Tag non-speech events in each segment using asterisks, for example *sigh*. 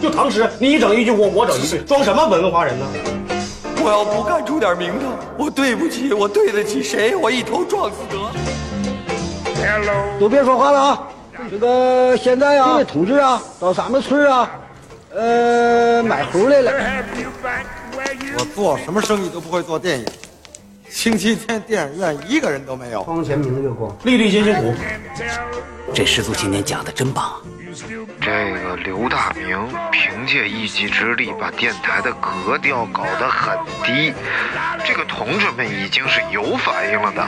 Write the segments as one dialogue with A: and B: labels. A: 就唐诗，你一整一句，我我整一
B: *laughs*
A: 句，装什么文化人呢？
C: 我要不干出点名堂，我对不起，我对得起谁？我一头撞死得了。
B: 都别说话了啊！这个现在啊，这位同志啊，到咱们村啊，呃，买猴来了。
D: 我做什么生意都不会做电影，星期天电影院一个人都没有。
B: 光前明月光，
A: 粒粒皆辛苦，
E: 这师祖今天讲的真棒啊！
F: 这个刘大明凭借一己之力把电台的格调搞得很低，这个同志们已经是有反应了的。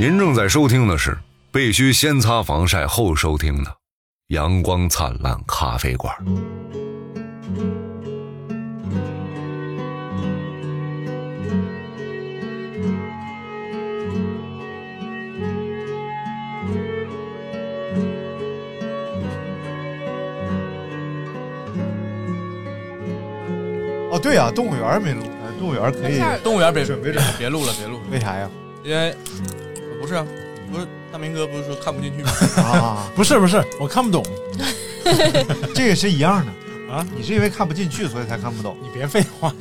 G: 您正在收听的是必须先擦防晒后收听的《阳光灿烂咖啡馆》。
H: 哦，对呀，动物园儿没录，哎动物园儿可以。
I: 动物园别
H: 准备
I: 别别录了，别录了，
H: 为啥呀？
I: 因为
J: 呃
I: 不是啊，不是大明哥不是说看不进去吗？
H: 啊，
J: *laughs* 不是不是，我看不懂，
H: *laughs* 这个是一样的
J: 啊。
H: 你是因为看不进去，所以才看不懂。
J: 你别废话。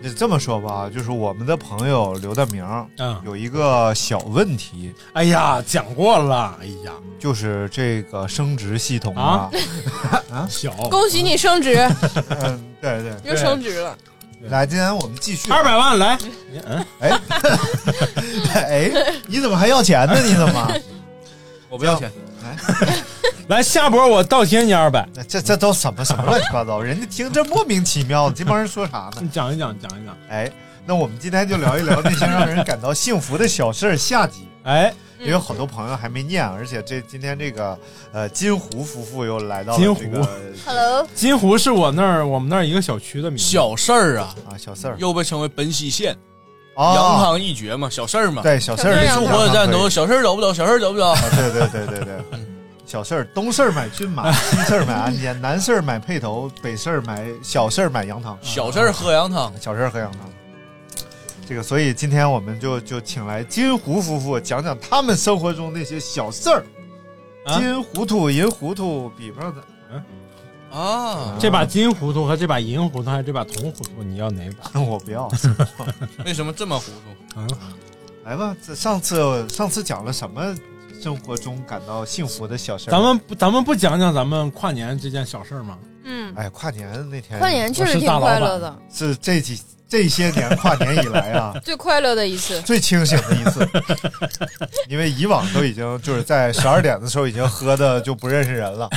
H: 那这么说吧，就是我们的朋友刘大明儿
J: 嗯，
H: 有一个小问题，
J: 哎呀，讲过了，哎呀，
H: 就是这个生殖系统
J: 啊
H: 啊，
J: 小
I: 恭喜你升职，
H: 嗯，对 *laughs* 对。
I: 又升职了。
H: 来，今天我们继续。
J: 二百万来，
H: 哎，哎，你怎么还要钱呢？你怎么？
I: 我不要钱，
J: 来 *laughs* 下播我倒贴你二百，
H: 这这都什么什么乱七八糟？人家听这莫名其妙的，这帮人说啥呢
J: 你？讲一讲讲一讲，
H: 哎，那我们今天就聊一聊那些让人感到幸福的小事儿下集，
J: 哎，
I: 嗯
H: 因为有好多朋友还没念，而且这今天这个呃金湖夫妇又来到了
J: 金
H: 这
J: 湖
H: 个
K: Hello，
J: 金湖是我那儿我们那儿一个小区的名字，
I: 小事儿啊，
H: 啊小四儿
I: 又被称为本溪县
H: 啊，
I: 扬长一绝嘛，小事儿嘛。
H: 对小四儿
K: 小四
I: 中
K: 儿
I: 国的战斗，小事儿走不走，小事儿走不嗯走。
H: 啊对对对对对，小事儿，东事儿买骏
I: *laughs*
H: 马，西事儿买鞍鞯，南事儿买配头，北事儿买小事儿买羊汤，啊
I: 小事儿喝羊汤，
H: 小事儿和羊汤。这个，所以今天我们就就请来金湖夫妇讲讲他们生活中那些小事儿。
J: 啊
H: 金糊涂、银糊涂，比不上咱。
I: 啊，
J: 这把金糊涂和这把银糊涂还是这把铜糊涂，你要哪把？
H: *laughs* 我不要。
I: 为什么这么糊涂？
H: 来吧，这上次上次讲了什么生活中感到幸福的小事儿？
J: 咱们不咱们不讲讲咱们跨年这件小事儿
H: *laughs*
J: 吗？
K: 嗯，
H: 哎，跨年那天，
K: 跨年确实挺快乐的，
H: 是这几这些年跨年以来
K: *laughs*
H: 啊，
K: 最快乐的一次。
H: 最清醒的一次，因为以往都已经就是在十二点的时候已经喝的就不认识人
J: *laughs*
H: 了，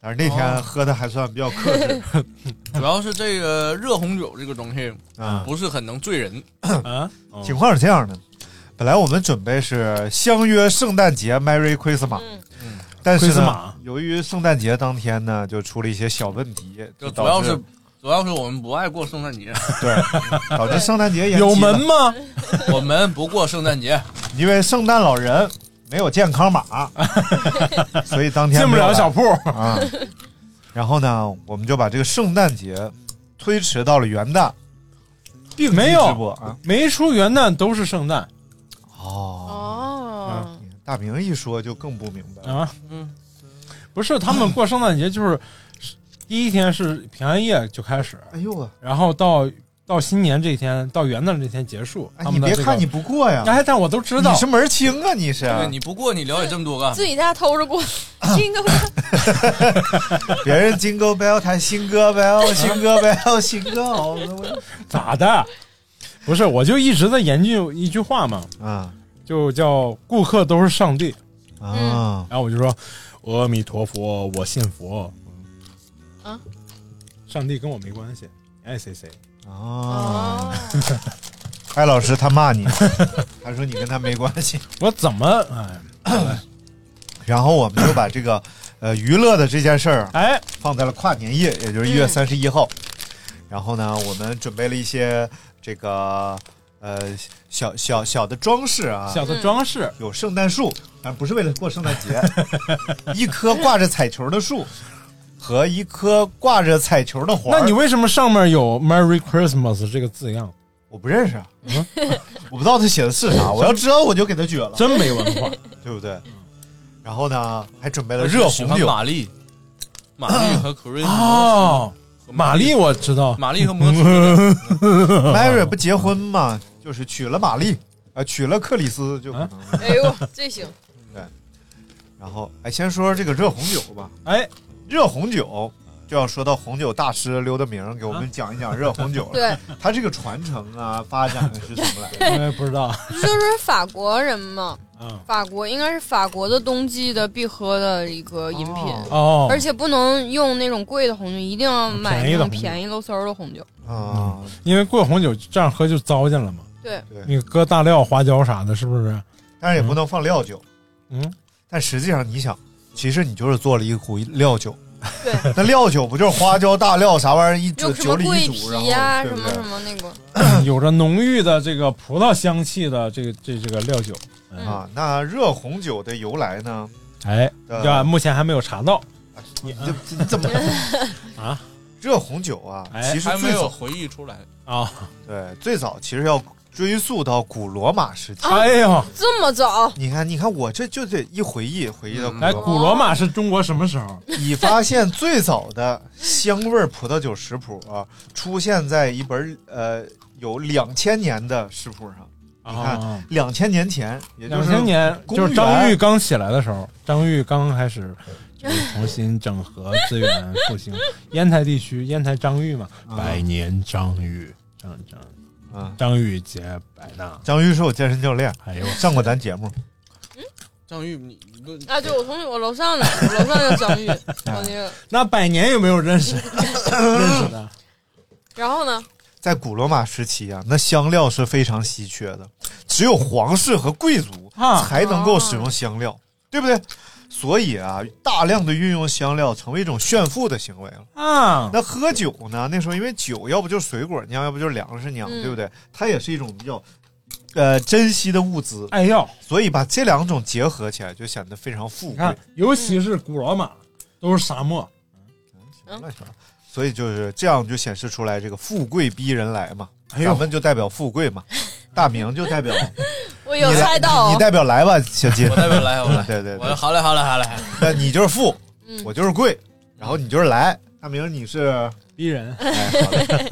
H: 但是那天喝的还算比较克制
I: *laughs* 主要是这个热红酒这个东西
H: 啊。
I: 不是很能醉人。
J: 啊，哦
H: 情况是这样的，本来我们准备是相约圣诞节 Merry Christmas，
K: 嗯，
H: 但是
J: 奎斯
H: 呢
J: 马，
H: 由于圣诞节当天呢就出了一些小问题，
I: 就
H: 就
I: 主要
H: 导
I: 是
H: 致
I: 主要是我们不爱过圣诞节， *laughs*
H: 对导致圣诞节延期了
J: 有门吗？
I: 我们不过圣诞节，
H: 因为圣诞老人没有健
J: *laughs*
H: 康码，所以当天
J: 进不
H: 没有
J: 了
H: 来
J: 小铺，
H: 啊。然后呢，我们就把这个圣诞节推迟到了元旦，并机
J: 没
H: 直播
J: 有
H: 啊。
J: 没出元旦都是圣诞
H: 哦，
J: 嗯
K: 哦，
H: 大明一说就更不明白了。
J: 啊，
I: 嗯，
J: 不是他们过圣诞节就是第一天是平安夜就开始，
H: 哎呦我，
J: 然后到到新年这一天，到元旦这天结束。
H: 哎
J: 他，
H: 你
J: 们的
H: 别
J: 这个
H: 看你不过呀，
J: 哎，但我都知道
H: 你是门儿清啊，你是。
I: 对你不过你了解这么多干嘛？
K: 自己家偷着过，
H: 嗯
K: 听个
H: *laughs* 别人 Jingle Bell 弹 Jingle
J: 嗯
H: Bell，Jingle Bell，Jingle
J: 咋的？不是，我就一直在研究一句话嘛，
H: 啊
J: 就叫“顾客都是上帝
H: 啊”。！
J: 然后我就说：“阿弥陀佛，我信佛。”
K: 啊，
J: 上帝跟我没关系，你爱谁谁。
H: 啊！
K: 哦，
H: 艾老师他
J: *laughs*
H: 骂你，他说你跟他没关系。
J: 我怎么哎
H: 然后我们就把这个 *laughs* 呃娱乐的这件事儿
J: 哎
H: 放在了跨年夜，也就是一月三十一号。然后呢，我们准备了一些这个呃小小小的装饰啊，
J: 小的装饰？
H: 有圣诞树，但不是为了过圣诞节， *laughs* 一棵挂着彩球的树和一棵挂着彩球
K: 嗯
H: 的花儿。
J: 那你为什么上面有 “Merry Christmas” 这个字样？
H: 我不认识，啊， *laughs* 我不知道他写的是啥，我要知道我就给他撅了，
J: 真没文化。
H: 嗯对不对？然后呢，还准备了
I: 我
H: 呃热
I: 喜
H: 红
I: 欢
H: 酒，啊
I: 玛丽，玛
H: *coughs*
I: 丽和
J: *laughs*
I: Chris
J: 哦，玛丽我知道，
I: 玛丽和摩斯
H: *laughs*
K: *laughs*
I: 对
H: Mary 不结婚吗？就是娶了玛丽，呃，娶了克里斯就可能。
K: 哎呦，这行，
H: 然后，哎，先说说这个热红酒吧。
J: 哎，
H: 热红酒就要说到红酒大师刘德明给我们讲一讲热红酒了。
K: *laughs* 对，
H: 它这个传承啊，发展的是怎么来
K: *laughs*
H: 的？
J: 我也不知道。
K: 这就是法国人嘛，
J: 嗯，
K: 法国应该是法国的冬季的必喝的一个饮品
J: 哦
K: 而且不能用那种贵的红酒，一定要买
J: 便宜的
K: 那种
J: 红酒
K: 便宜喽嗖儿的红酒。
H: 啊，
J: 因为贵红酒这样喝就糟践了嘛。
K: 对，
J: 你搁大料、花椒啥的，是不 *clears throat* 是？
H: 但是也不能放料酒。
J: 嗯，
H: 但实际上你想，其实你就是做了一壶料酒。对， *laughs* 那料酒不就是花椒、大料啥玩意儿一酒
K: 用什么
H: 酒里
K: 桂
H: 一煮，
K: 皮呀、
H: 然后对
K: 什
H: 不
K: 么
H: 对
K: 什？么那个，
J: 有着浓郁的这个葡萄香气的这个这这个料酒。嗯
H: 啊，那热红酒的由来呢？
J: 哎，
H: 呃
J: 对吧？目前还没有查到。
H: 你这这这么
J: *laughs* 啊？
H: 热红酒啊，
J: 哎
H: 其实
I: 还没
H: 最
I: 有
H: 早
I: 回忆出来。
J: 啊，
H: 对，最早其实要追溯到古罗马时期。
J: 哎呦，
K: 这么早？
H: 你看，你看，我这就得一回忆，回忆到古
J: 哎，
H: 罗
J: 古罗马是中国什么时候？
H: 马，以发现最早的香味葡萄酒食谱啊，出现在一本呃有两千年的食谱上。你
J: 啊
H: 看，两千年前，也就
J: 两
H: 是
J: 千年，
H: 公
J: 就是
H: 元
J: 张裕刚起来的时候，张裕刚开始就是重新整合资源复兴烟台地区，烟台张裕嘛，
H: 啊
J: 百年张裕，张张
H: 啊，
J: 张裕杰百纳，
H: 张裕是我健身教练，
J: 哎呦
H: 上过咱节目。
I: *laughs* 张玉，你你不
K: 啊，对我同学，我楼上的，我楼上
H: *laughs*
K: 的张玉，
H: 嗯
K: 我那个，
J: 那百年有没有认 *laughs* 识认识的？
K: 然后呢，
H: 在古罗马时期啊，那香料是非常稀缺的，只有皇室和贵族
J: 啊
H: 才能够使用香料，对不对？所以啊，大量的运用香料成为一种炫富的行为了。
J: 啊，
H: 那喝酒呢？那时候因为酒要不就是水果酿，要不就是粮食酿，
K: 嗯
H: 对不对？它也是一种比较呃珍惜的物资，
J: 哎呦，
H: 所以把这两种结合起来，就显得非常富
J: 你
H: 贵。
J: 看，尤其是古罗马都是沙漠，
H: 那啥所以就是这样，就显示出来这个富贵逼人来嘛。
J: 哎呦
H: 咱们就代表富贵嘛，大明就代表
K: 我有
H: 你来
K: 猜到、
H: 你
K: 哦，
H: 代表来吧，小金。
I: *laughs* 我代表来，我
H: *laughs*
I: 来，
H: 对对
I: 我
H: 对
I: 说，好嘞，好嘞，好嘞，
H: 那你就是富，
K: 嗯
H: 我就是贵，然后你就是来。大明，你是
J: 逼 *laughs* 人
K: *laughs*
H: 哎，好嘞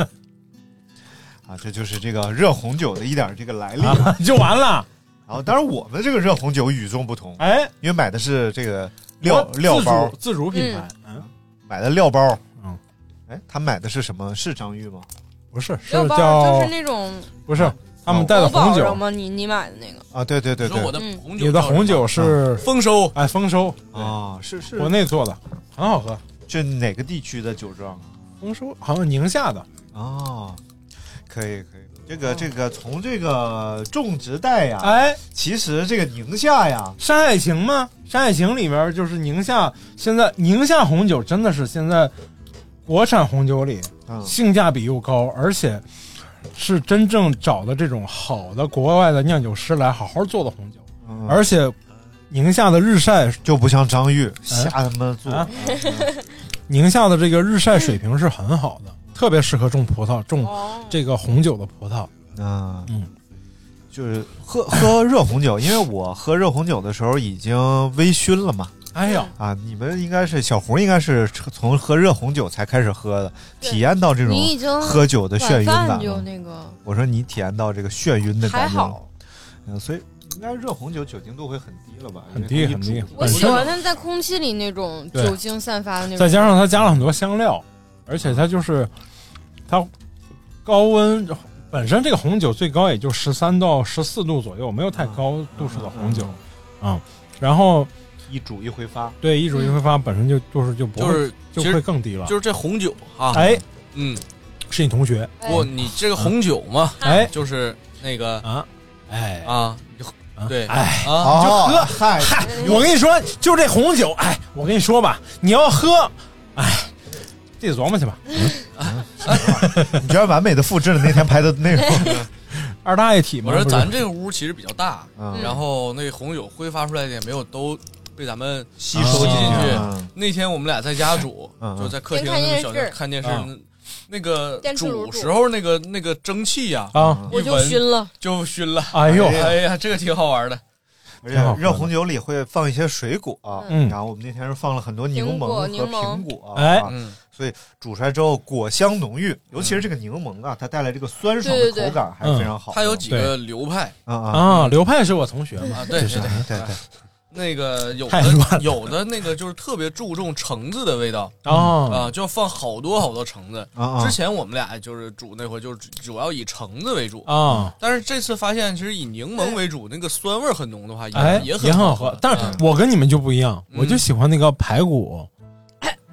H: 啊，这就是这个热红酒的一点这个来
I: *laughs*
H: 历。
J: 啊，就完了。
H: 然后，当然我们这个热红酒与众不同，
J: 哎，
H: 因为买的是这个料料包
J: 自主，自主品牌，嗯，
H: 买的料包。
J: 嗯，
H: 哎，他买的是什么？是张裕吗？
J: 不是，是
K: 要不然就
J: 叫
K: 是那种
J: 不是他们带的
K: 欧宝
J: 红
K: 什
J: 酒，
K: 么，你你买的那个，
H: 啊，对对对
I: 你说
H: 对
I: 我，的
K: 嗯
I: 红酒，
J: 你的红酒是
I: 丰收，
J: 哎丰收，
H: 啊，是是
J: 国，内做的，很好喝。
H: 这哪个地区的酒庄？
J: 丰收好像宁夏的，
H: 哦，可以可以，这
I: 哦
H: 个这个从这个种植带呀，
J: 哎，《
H: 其实这个宁夏呀，
J: 山海情》吗？《山海情》里面就是宁夏，现在宁夏红酒真的是现在国产红酒里
H: 嗯
J: 性价比又高，而且是真正找的这种好的国外的酿酒师来好好做的红酒，
H: 嗯
J: 而且宁夏的日晒，
H: 就不像张裕瞎他妈
J: 嗯
H: 做，
J: 啊宁夏的这个日晒水平是很好的，特别适合种葡萄，种
K: 哦，
J: 这个红酒的葡萄。
H: 啊，
J: 嗯，
H: 就是喝 *coughs* 喝热红酒，因为我喝热红酒的时候已经微醺了嘛，
J: 哎呀，
H: 啊，你们应该是小胡，应该是从喝热红酒才开始喝的，体验到这种
K: 你已经
H: 喝酒的眩
K: 晚
H: 晕感
K: 饭就
H: 了。
K: 那个，
H: 我说你体验到这个眩晕的
K: 还
H: 感觉了
K: 好，
H: 嗯，所以应该热红酒酒精度会很低了吧？
J: 很低
H: 因为
J: 很低
H: 它一煮
K: 我
J: 本身
K: 喜欢它在空气里那种
J: 嗯对
K: 酒精散发的那种，
J: 再加上它加了很多香料，而且它就是它高温本身这个红酒最高也就十三到十四度左右，没有太高度数的红酒啊、嗯然后
H: 一煮一挥发，
J: 对一煮一挥发本身就就是就不会、
I: 就是
J: 就
I: 其实
J: 会更低了。
I: 就是这红酒啊，
J: 哎，
I: 嗯，
J: 是你同学
K: 哎
I: 不，你这个红酒嘛，
J: 哎
I: 就是那个
J: 啊哎
I: 啊，对
J: 哎。
I: 啊，
H: 哦，嗨，
J: 嗨，我跟你说，就这红酒，哎，我跟你说吧，你要喝，哎，自己琢磨去吧。
H: 你居然完美的复制了那天拍的内
K: *laughs*
H: 容，
J: 二大一体嘛，
I: 我说
J: 不是
I: 咱这个屋其实比较大，
H: 嗯
I: 然后那红酒挥发出来的也没有都被咱们吸
H: 收进
I: 进
H: 去
I: 去
J: 啊
H: 嗯。
I: 那天我们俩在家煮
H: 嗯，嗯
I: 就在客厅
K: 边看电视
I: 小厅看电视
J: 嗯，
I: 那个
K: 电磁炉
I: 煮
K: 煮
I: 时候那个那个蒸汽呀，
J: 啊，
K: 我就熏了，
I: 就熏了。
J: 哎呦，
I: 哎呀，这个挺好玩的。
H: 而
J: 挺好
H: 且
J: 喝的
H: 热红酒里会放一些水果，
J: 嗯
H: 然后我们那天是放了很多柠檬和
K: 苹果
H: 苹
K: 柠
H: 果，
K: 檬
H: 啊
J: 哎
I: 嗯
H: 所以煮出来之后果香浓郁，尤其是这个柠檬啊，它带来这个酸爽的
K: 对对对
H: 口感还是非常好的。
I: 它有几个流派
H: 啊
J: 啊，流派是我同学嘛，
I: 啊，对
J: 就
I: 对
J: 是
I: 对
H: 对对，
I: 那个有
J: 太乱了
I: 的有的那个就是特别注重橙子的味道
J: 哦，
I: 啊，就要放好多好多橙子
H: 啊啊。
I: 之前我们俩就是煮那回，就是主要以橙子为主
J: 啊。
I: 但是这次发现，其实以柠檬为主，那个酸味儿很浓的话，也、
J: 哎，
I: 嗯也
J: 也
I: 很
J: 好
I: 喝。嗯
J: 但是我跟你们就不一样，我就喜欢那个排骨，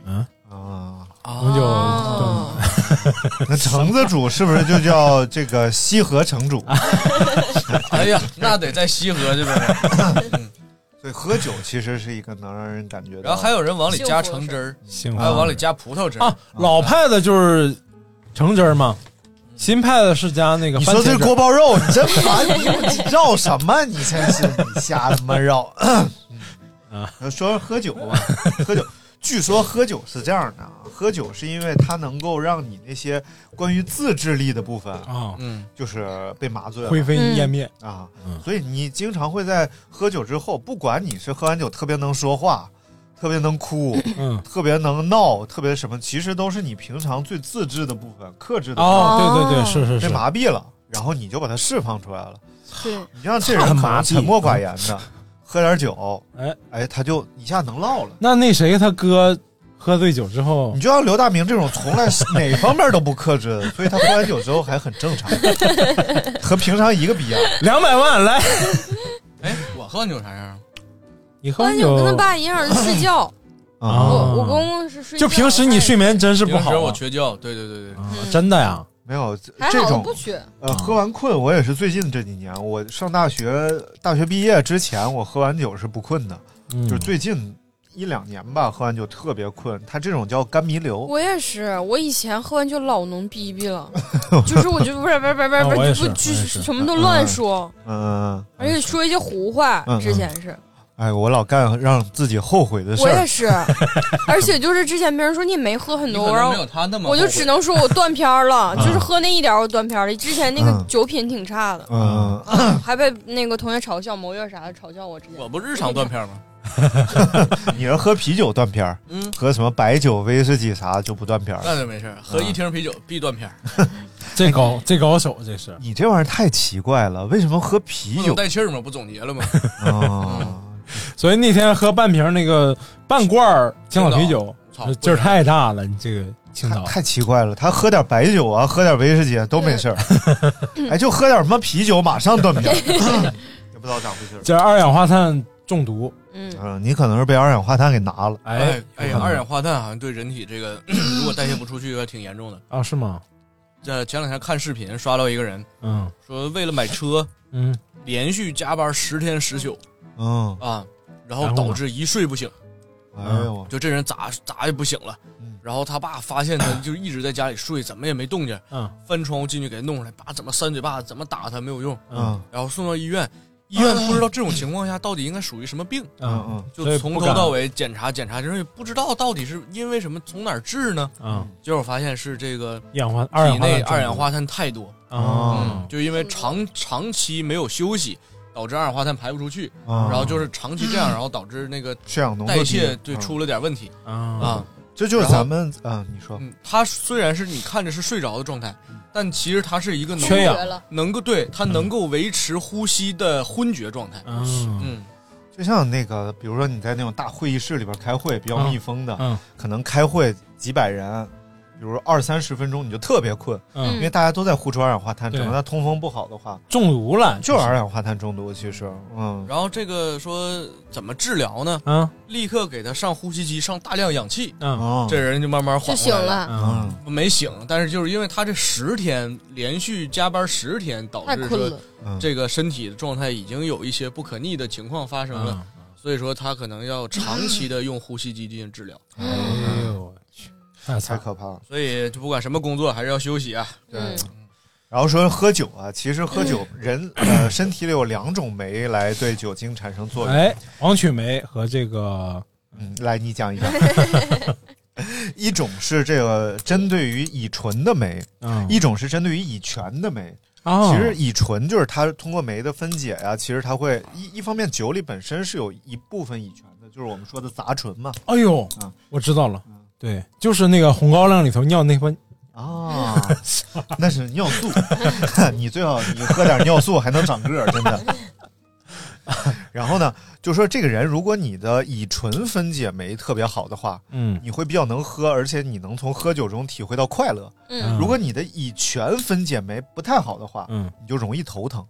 H: 啊，
J: 我们就
K: 哦，
H: 那橙子煮是不是就叫这个西河橙煮？
I: 哎呀，那得在西河这边。
H: 所以喝酒其实是一个能让人感觉到，
I: 然后还有人往里加橙汁
K: *laughs*
I: 儿，
J: 幸福
I: 还有往里加葡萄汁
J: 嗯
I: 儿。
J: 啊，老派的就是橙汁儿嘛，新派的是加那个
H: 你
J: 番
H: 说
J: 茄汁
H: 这
J: 儿。
H: 锅包
J: *laughs*
H: 肉，你真烦！你绕什么？你真是你瞎他
J: *laughs*
H: 妈绕。
J: 啊
H: 说嗯呃说喝酒吧，喝酒。据说喝酒是这样的啊，喝酒是因为它能够让你那些关于自制力的部分，
J: 啊，
I: 嗯，
H: 就是被麻醉了
J: 灰飞烟灭。
H: 啊
J: 嗯，
H: 所以你经常会在喝酒之后，不管你是喝完酒特别能说话，特别能哭，
J: 嗯，
H: 特别能闹，特别什么，其实都是你平常最自制的部分、克
I: 嗯
H: 制的部分
J: 哦，对对对，是是
H: 被
J: 是，
H: 麻痹了，然后你就把它释放出来了。
K: 对，
H: 你像这人可能沉默寡言的，喝点酒，
J: 哎
H: 哎，他就一下能唠了。
J: 那那谁他哥喝醉酒之后
H: 你，就像刘大明这种从来是哪方面都不克制的，所以他喝完酒之后还很
J: *laughs*
H: 正常，和平常一个逼样。
J: 两百万来，
I: 哎，我喝完酒啥样？啊
J: 你喝
K: 关
J: 完
K: 键
J: 酒
K: 我跟他爸一样睡觉，
J: 啊
K: 我我公公是睡觉。
J: 就平时你睡眠真是不
I: 平
J: 好
I: 时我
J: 啊，
I: 缺觉，对对对对，
J: 啊
K: 嗯
J: 真的呀，
H: 没有这
K: 还
H: 这
K: 好我
H: 种
K: 不缺，
H: 呃，喝完困，我也是最近这几年，我上大学，大学毕业之前，我喝完酒是不困的，
J: 嗯
H: 就是最近一两年吧，喝完酒特别困。他这种叫肝弥留，
K: 我也是，我以前喝完酒老能逼逼
J: *laughs*
K: 了，就是我就不是不是不是
J: 啊
K: 不
J: 我也是
K: 是不
J: 我也
K: 就是什么都乱说，
H: 嗯，
K: 而且说一些胡话
H: 嗯嗯。
K: 之前是
H: 哎，我老干让自己后悔的事
K: 我也
H: 儿。
K: 是，
H: *laughs*
K: 而且就是之前别人说你没喝很
I: 你
K: 多，
I: 可
K: 然
I: 能没
K: 后
I: 有他那么
K: 我就只能说我断片儿了，
H: 嗯
K: 就是喝那一点儿我断片儿了。之前那个
H: 嗯
K: 酒品挺差的，啊
H: 嗯，
K: 还被那个同学嘲笑谋月啥的嘲笑我之前。
I: 我不日常断片吗？
H: 你是喝啤酒断片儿，
I: 嗯，
H: 喝什么白酒、威士忌啥就不断片儿了。
I: 那就没事儿，喝
J: 嗯
I: 一听啤酒必断片儿，
J: 这高这高手这是，
H: 你这玩意儿太奇怪了，为什么喝啤
I: 不
H: 酒
I: 能带气儿吗？不总结了吗？ *laughs*
H: 啊？
J: 所以那天喝半瓶那个半罐儿青岛啤酒
I: 青岛，
J: 劲儿太大了，你这个青
I: 嗯
H: 太
J: 岛
H: 太奇怪了，他喝点白酒啊，喝点威士忌啊都没
I: *laughs*
H: 事儿，哎，就喝点什么啤酒，马上断片儿，也不知道咋回事儿。
J: 这二氧化碳中毒，
K: *laughs* 嗯，
H: 嗯，你可能是被二氧化碳给拿了，
J: 哎
I: 哎呀，二氧化碳好像对人体这个， *coughs* 如果代谢不出去，还挺严重的。
J: 啊是吗？
I: 这呃前两天看视频，刷到一个人
J: 嗯
I: 说，为了买车，
J: 嗯，
I: 连续加班十天十宿
H: 嗯，
I: 啊，
J: 然
I: 然后
J: 后呢
I: 导致一睡不醒，
H: 哎呦，
I: 就这人咋咋也不醒了
H: 嗯。
I: 然后他爸发现他就一直在家里睡，怎么也没动静，
J: 嗯，
I: 翻窗户进去给他弄出来，爸怎么扇嘴巴，怎么打他没有用，
H: 嗯
I: 然后送到医院，医院不知道这种情况下到底应该属于什么病，
H: 嗯嗯，
J: 啊所以不
I: 就从头
J: 敢
I: 到尾检查检查，就是也不知道到底是因为什么，从哪儿治呢？
J: 啊，
I: 结果发现是这个
J: 一氧化二
I: 体
J: 氧化
I: 内
J: 碳
I: 二氧化碳嗯太多，
H: 嗯
J: 啊，
I: 就因为长长期没有休息，导致二氧化碳排不出去，
H: 啊
I: 然后就是长期这样，然后导致那个
H: 血氧浓度
I: 代
H: 低
I: 谢对
H: 嗯
I: 出了点问题
J: 啊
I: 啊。
H: 这就是
I: 然后
H: 咱们啊，你说
I: 嗯，它虽然是你看着是睡着的状态，但其实它是一个能
J: 缺
K: 绝
J: 氧
K: 了，
I: 能够对它能够维持呼吸的昏厥状态。
J: 嗯
I: 嗯，
H: 就像那个，比如说你在那种大会议室里边开会，比较密封的，
J: 嗯
H: 可能开会几百人，比如二三十分钟你就特别困，因
J: 嗯，
H: 为大家都在呼出二氧化碳，
J: 对
H: 整个它通风不好的话，
J: 中毒了
H: 就是二氧化碳中毒。其实，嗯，
I: 然后这个说怎么治疗呢？
J: 啊
I: 立刻给他上呼吸机，上大量氧气，
J: 啊
H: 哦，
I: 这人就慢慢
K: 就
I: 缓过
K: 醒
I: 来了。
K: 了，
H: 嗯
J: 啊，
I: 没醒，但是就是因为他这十天连续加班十天，导
K: 太
I: 致
K: 困
I: 说
K: 了。
H: 嗯
I: 这个身体的状态已经有一些不可逆的情况发生了，所以说他可能要长期的用呼吸机进行治疗。
J: 哎呦我去，太
H: 太
J: 惨了，
H: 可怕了。
I: 嗯所以就不管什么工作，还是要休息啊。
K: 嗯，
H: 然后说喝酒啊，其实喝酒
J: *coughs*
H: 人呃身体里有两种酶来对酒精产生作用，
J: 哎，黄曲霉和这个
H: 嗯，来你讲
J: *laughs*
H: 一讲。一种是这个针对于乙醇的酶，
J: 嗯
H: 一种是针对于乙醛的酶。
J: 哦
H: 其实乙醇就是它通过酶的分解呀、其实它会一一方面酒里本身是有一部分乙醛的，就是我们说的杂醇嘛。
J: 哎呦，
H: 啊
J: 我知道了，对，就是那个红高粱里头尿那盆
H: 啊，
J: 哦
H: *laughs* 那是尿素， *laughs* 你最好你喝点尿素还能长个儿，真的。 *laughs* 然后呢，就说这个人，如果你的乙醇分解酶特别好的话，
J: 嗯
H: 你会比较能喝，而且你能从喝酒中体会到快乐。
J: 嗯
H: 如果你的乙醛分解酶不太好的话，
J: 嗯，
H: 你就容易头疼，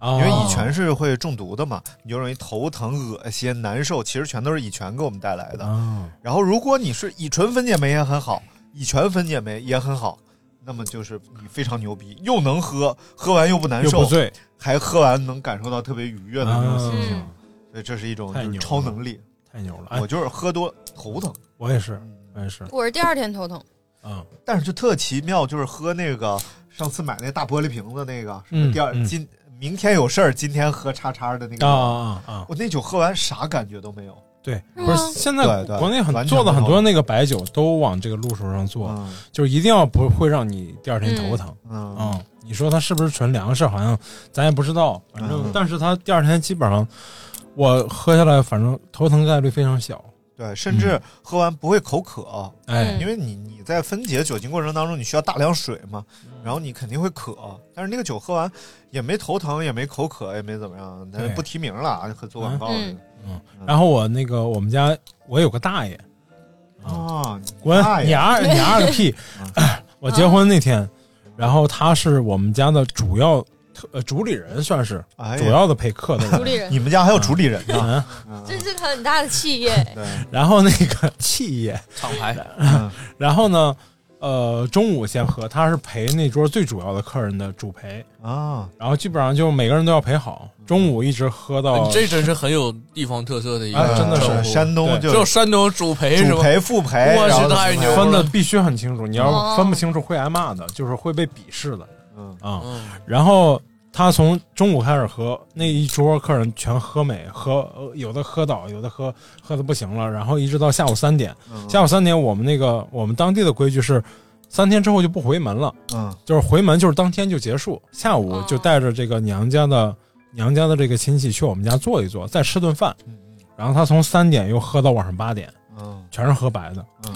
J: 哦
H: 因为乙醛是会中毒的嘛，你就容易头疼、恶心、难受，其实全都是乙醛给我们带来的。
J: 嗯啊
H: 然后，如果你是乙醇分解酶也很好，乙醛分解酶也很好，那么就是你非常牛逼，又能喝，喝完又不难受，
J: 又不醉
H: 还喝完能感受到特别愉悦的那种心情。
K: 嗯
J: 啊
H: 所以这是一种
J: 太
H: 就是
J: 牛了
H: 超能力，
J: 太牛了哎
H: 我嗯就是喝多头疼，
J: 我也是，我也是，
K: 我是第二天头疼，
J: 嗯，
H: 但是就特奇妙，就是喝那个上次买那大玻璃瓶子那个，什么
J: 嗯
H: 第二、
J: 嗯
H: 今明天有事儿，今天喝叉叉的那个，
J: 啊啊啊啊
H: 我那酒喝完啥感觉都没有。
J: 对，
H: 是
J: 不是
H: 吗
J: 现在
H: 对对
J: 国内很
H: 完全
J: 做的很
H: 不
J: 多那个白酒都往这个路数上做，就是一定要不会让你第二天头疼。
H: 嗯，
J: 你说它是不是纯粮食？好像咱也不知道，反正、
H: 嗯
J: 但是它第二天基本上我喝下来，反正头疼概率非常小。
H: 对，甚
J: 嗯
H: 至喝完不会口渴，
J: 哎
H: 因为你你在分解酒精过程当中，你需要大量水嘛，
J: 嗯
H: 然后你肯定会渴，但是那个酒喝完也没头疼，也没口渴，也没怎么样，但是
J: 对
H: 不提名了啊，可做广告了
J: 嗯然后我那个我们家我有个大爷，
H: 啊，
J: 嗯滚
H: 大，爷
J: *laughs* 你二你二个
H: *laughs*
J: 屁！ *coughs* 我结婚那天，然后他是我们家的主要特呃主理人，算是
H: 哎呀
J: 主要的陪客的人
K: 主理人
H: 你们家还有主理人
J: *laughs* 嗯
H: 呢，
K: 这是个很大的企业。
H: *laughs*
J: 然后那个气液
I: 厂牌，
J: 然后呢，呃，中午先喝，他是陪那桌最主要的客人的主陪
H: 啊，
J: 然后基本上就每个人都要陪好，中午一直喝到
I: 哎你这真是很有地方特色的一个
J: 哎
I: 称
J: 真
I: 呼，
J: 的是山东
I: 对
J: 就
I: 只有山东主陪是吧？
J: 主陪
H: 副
J: 陪
I: 我
J: 然
I: 去
J: 后
I: 太牛了，
J: 分的必须很清楚，你要
I: 哦
J: 分不清楚会挨骂的，就是会被鄙视的，
H: 嗯
J: 啊，然后。他从中午开始喝，那一桌客人全喝美，喝呃有的喝倒，有的喝喝的不行了，然后一直到下午三点。
H: 嗯
J: 下午三点，我们那个我们当地的规矩是，三天之后就不回门了。
H: 嗯，
J: 就是回门就是当天就结束，下午就带着这个娘家的娘家的这个亲戚去我们家坐一坐，再吃顿饭。然后他从三点又喝到晚上八点，
H: 嗯，
J: 全是喝白的，
H: 嗯，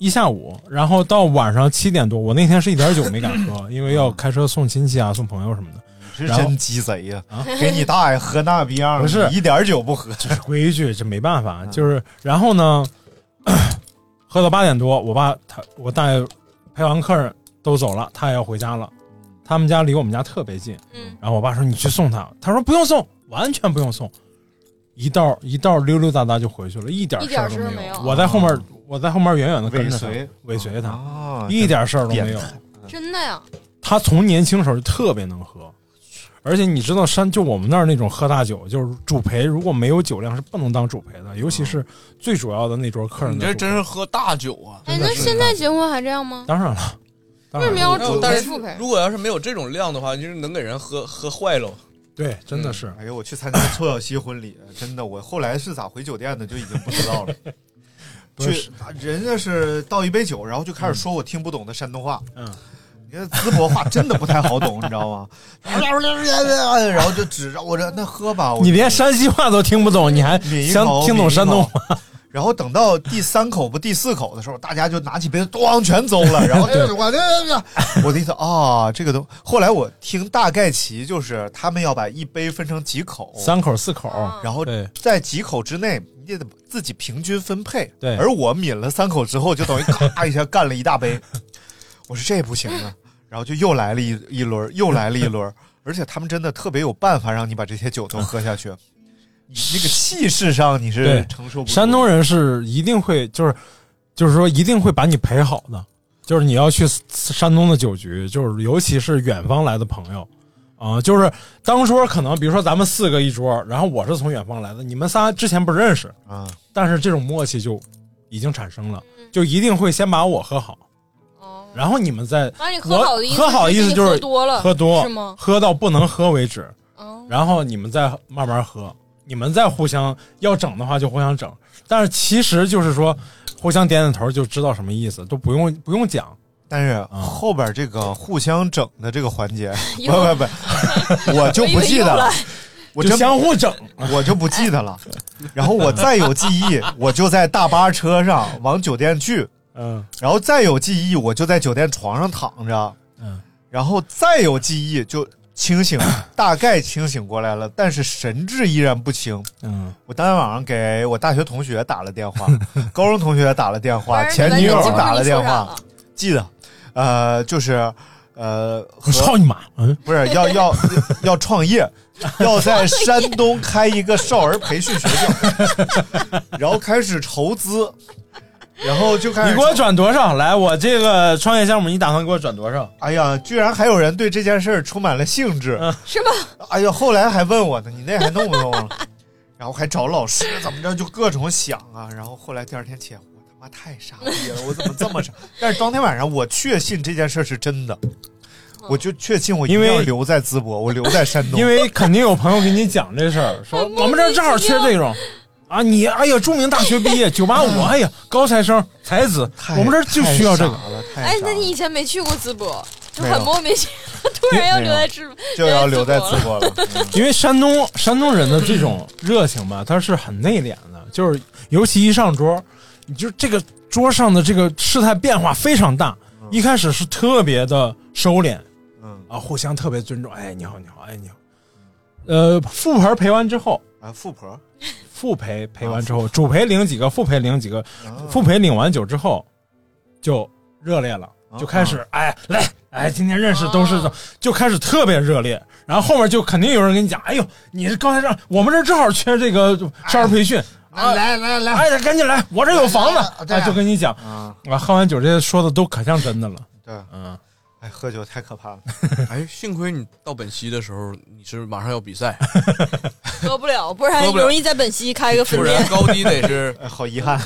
J: 一下午，然后到晚上七点多，我那天是一点酒没敢 *laughs* 喝，因为要开车送亲戚啊、送朋友什么的。
H: 是
J: 然后
H: 真鸡贼呀
J: 啊，
H: 给你大爷喝那逼样，
J: 不是
H: 你一点酒不
J: *laughs*
H: 喝，
J: *laughs* 这是规矩，这没办法。 *laughs* 就是然后呢， *coughs* 喝到八点多，我爸他我大爷陪完客人都走了，他也要回家了。他们家离我们家特别近，
K: 嗯
J: 然后我爸说你去送他，他说不用送，完全不用送，一道一道溜溜达达就回去了，一点
K: 一
J: 事
K: 点
J: 儿
K: 事
J: 都
K: 儿
J: 没
K: 没有
J: 我在后面，我在后面远远的跟着他，
H: 哦尾随
J: 尾随他，
H: 啊
J: 一点事儿都没有。
H: 嗯
K: 真的呀，
J: 他从年轻时候就特别能喝，而且你知道山就我们那儿那种喝大酒，就是主陪如果没有酒量是不能当主陪的，
H: 哦
J: 尤其是最主要的那桌客人
I: 你
J: 的主陪。
I: 这真是喝大酒啊！
K: 哎，那现在结婚还这样吗？
J: 当然了，当
K: 为
J: 然
K: 什么要
J: 了
K: 主
I: 但
K: 陪
I: 是
K: 副陪？
I: 如果要是没有这种量的话，就是能给人喝喝坏喽。
J: 对，真的是。
H: 哎呦，我去参加凑小西婚礼，真的，我后来是咋回酒店的就已经不知
J: *laughs*
H: 道了。
J: 不
H: 去啊
J: 是，
H: 人家是倒一杯酒，然后就开始说我听不懂的山东话。
J: 嗯，
H: 你这淄博话真的不太好懂，你知道吗？ *laughs* 然后就指着我这那喝吧，我
J: 你连山西话都听不懂，
H: *laughs*
J: 你还
H: 抿一
J: 想
H: 口
J: 听懂山东话？
H: 抿一口哦 *laughs* 然后等到第三口不第四口的时候，大家就拿起杯子咣全走了。然后就是我这我的意思啊、这个都后来我听大概其就是他们要把一杯分成几口，
J: 三口四口，
H: 然后
J: 对
H: 在几口之内，你得自己平均分配。
J: 对
H: 而我抿了三口之后，就等于咔一下干了一大杯。我说这不行啊，然后就又来了一一轮儿，又来了一轮儿，而且他们真的特别有办法让你把这些酒都喝下去。你那个气势上你是
J: 对
H: 承受不住。
J: 山东人是一定会，就是就是说一定会把你陪好的，就是你要去山东的酒局，就是尤其是远方来的朋友。啊、就是当桌可能，比如说咱们四个一桌，然后我是从远方来的，你们仨之前不认识，
H: 啊，
J: 但是这种默契就已经产生了，
K: 嗯
J: 就一定会先把我喝好，然后你们再
K: 那哦你喝
J: 我
K: 好的意思
J: 喝好的意思就是
K: 是喝多了
J: 喝多
K: 是吗
J: 喝到不能喝为止，
K: 嗯
J: 然后你们再慢慢喝，你们再互相要整的话就互相整，但是其实就是说互相点点头就知道什么意思，都不用不用讲，
H: 但是
J: 嗯
H: 后边这个互相整的这个环节，
K: 又
H: 不不不，我就不记得了，我真
J: 就相互整，
H: 我就不记得了。 *laughs* 然后我再有记忆，我就在大巴车上往酒店去，
J: 嗯，
H: 然后再有记忆，我就在酒店床上躺着，
J: 嗯，
H: 然后再有记忆就清醒，大概清醒过来了，但是神志依然不清。
J: 嗯，
H: 我当天晚上给我大学同学打了电话，高中同学打了电话，
K: 反正
H: 前
K: 你
H: 女友
K: 完全
H: 打了电
K: 记不住你说啥
H: 话
K: 了，
H: 记得，呃，就是呃，
J: 我操你妈！嗯，
H: 不是要要 *laughs* 要创业，要在山东开一个少儿培训学校， *laughs* 然后开始筹资，然后就开始
J: 你给我转多少？来，我这个创业项目，你打算给我转多少？
H: 哎呀，居然还有人对这件事儿充满了兴致，
J: 嗯
K: 是吗？
H: 哎呀，后来还问我呢，你那还弄不弄了？ *laughs* 然后还找老师怎么着，就各种想啊。然后后来第二天起来，我他妈太傻逼了，我怎么这么傻？但是当天晚上我确信这件事是真的，我就确信我一定
J: 因
H: 要
J: 为
H: 留在淄博，我留在山东，
J: 因为肯定有朋友给你讲这事儿，说我们这儿正好缺这种。啊，你哎呀，著名大学毕业，九八五，哎呀，高材生才子，
H: 太
J: 我们这儿就需要这
H: 太
J: 个
H: 傻。了，太
K: 哎
H: 傻，了
K: 那你以前没去过淄博，就
H: 没
K: 很
H: 有
K: 莫名其妙，突然要留在淄，
H: 就要留在
K: 淄
H: 淄
K: 博了。
H: 博了。嗯
J: 因为山东山东人的这种热情吧，他是很内敛的，就是尤其一上桌，你就这个桌上的这个事态变化非常大，一开始是特别的收敛，
H: 嗯
J: 啊，互相特别尊重，哎，你好，你好，哎，你好，呃，复培陪完之后，
H: 啊，富婆，
J: 复培陪完之后，主培领几个，副培领几个，副培领完酒之后，就热烈了，就开始哎来哎，今天认识都是就开始特别热烈，然后后面就肯定有人跟你讲，哎呦，你是高材生，我们这正好缺这个少儿培训。啊，
H: 来来来
J: 哎，赶紧来，我这有房子，
H: 对
J: 哎，就跟你讲，
H: 啊，
J: 啊，喝完酒这些说的都可像真的了，
H: 对，
J: 嗯，
H: 哎，喝酒太可怕了。
I: 哎，幸亏你到本溪的时候，你是马上要比 *laughs* 赛，
K: 喝不了，不然容易在本溪开个分
I: 不然
K: 店。
I: 高低得是
H: 哎好遗 *laughs* 憾，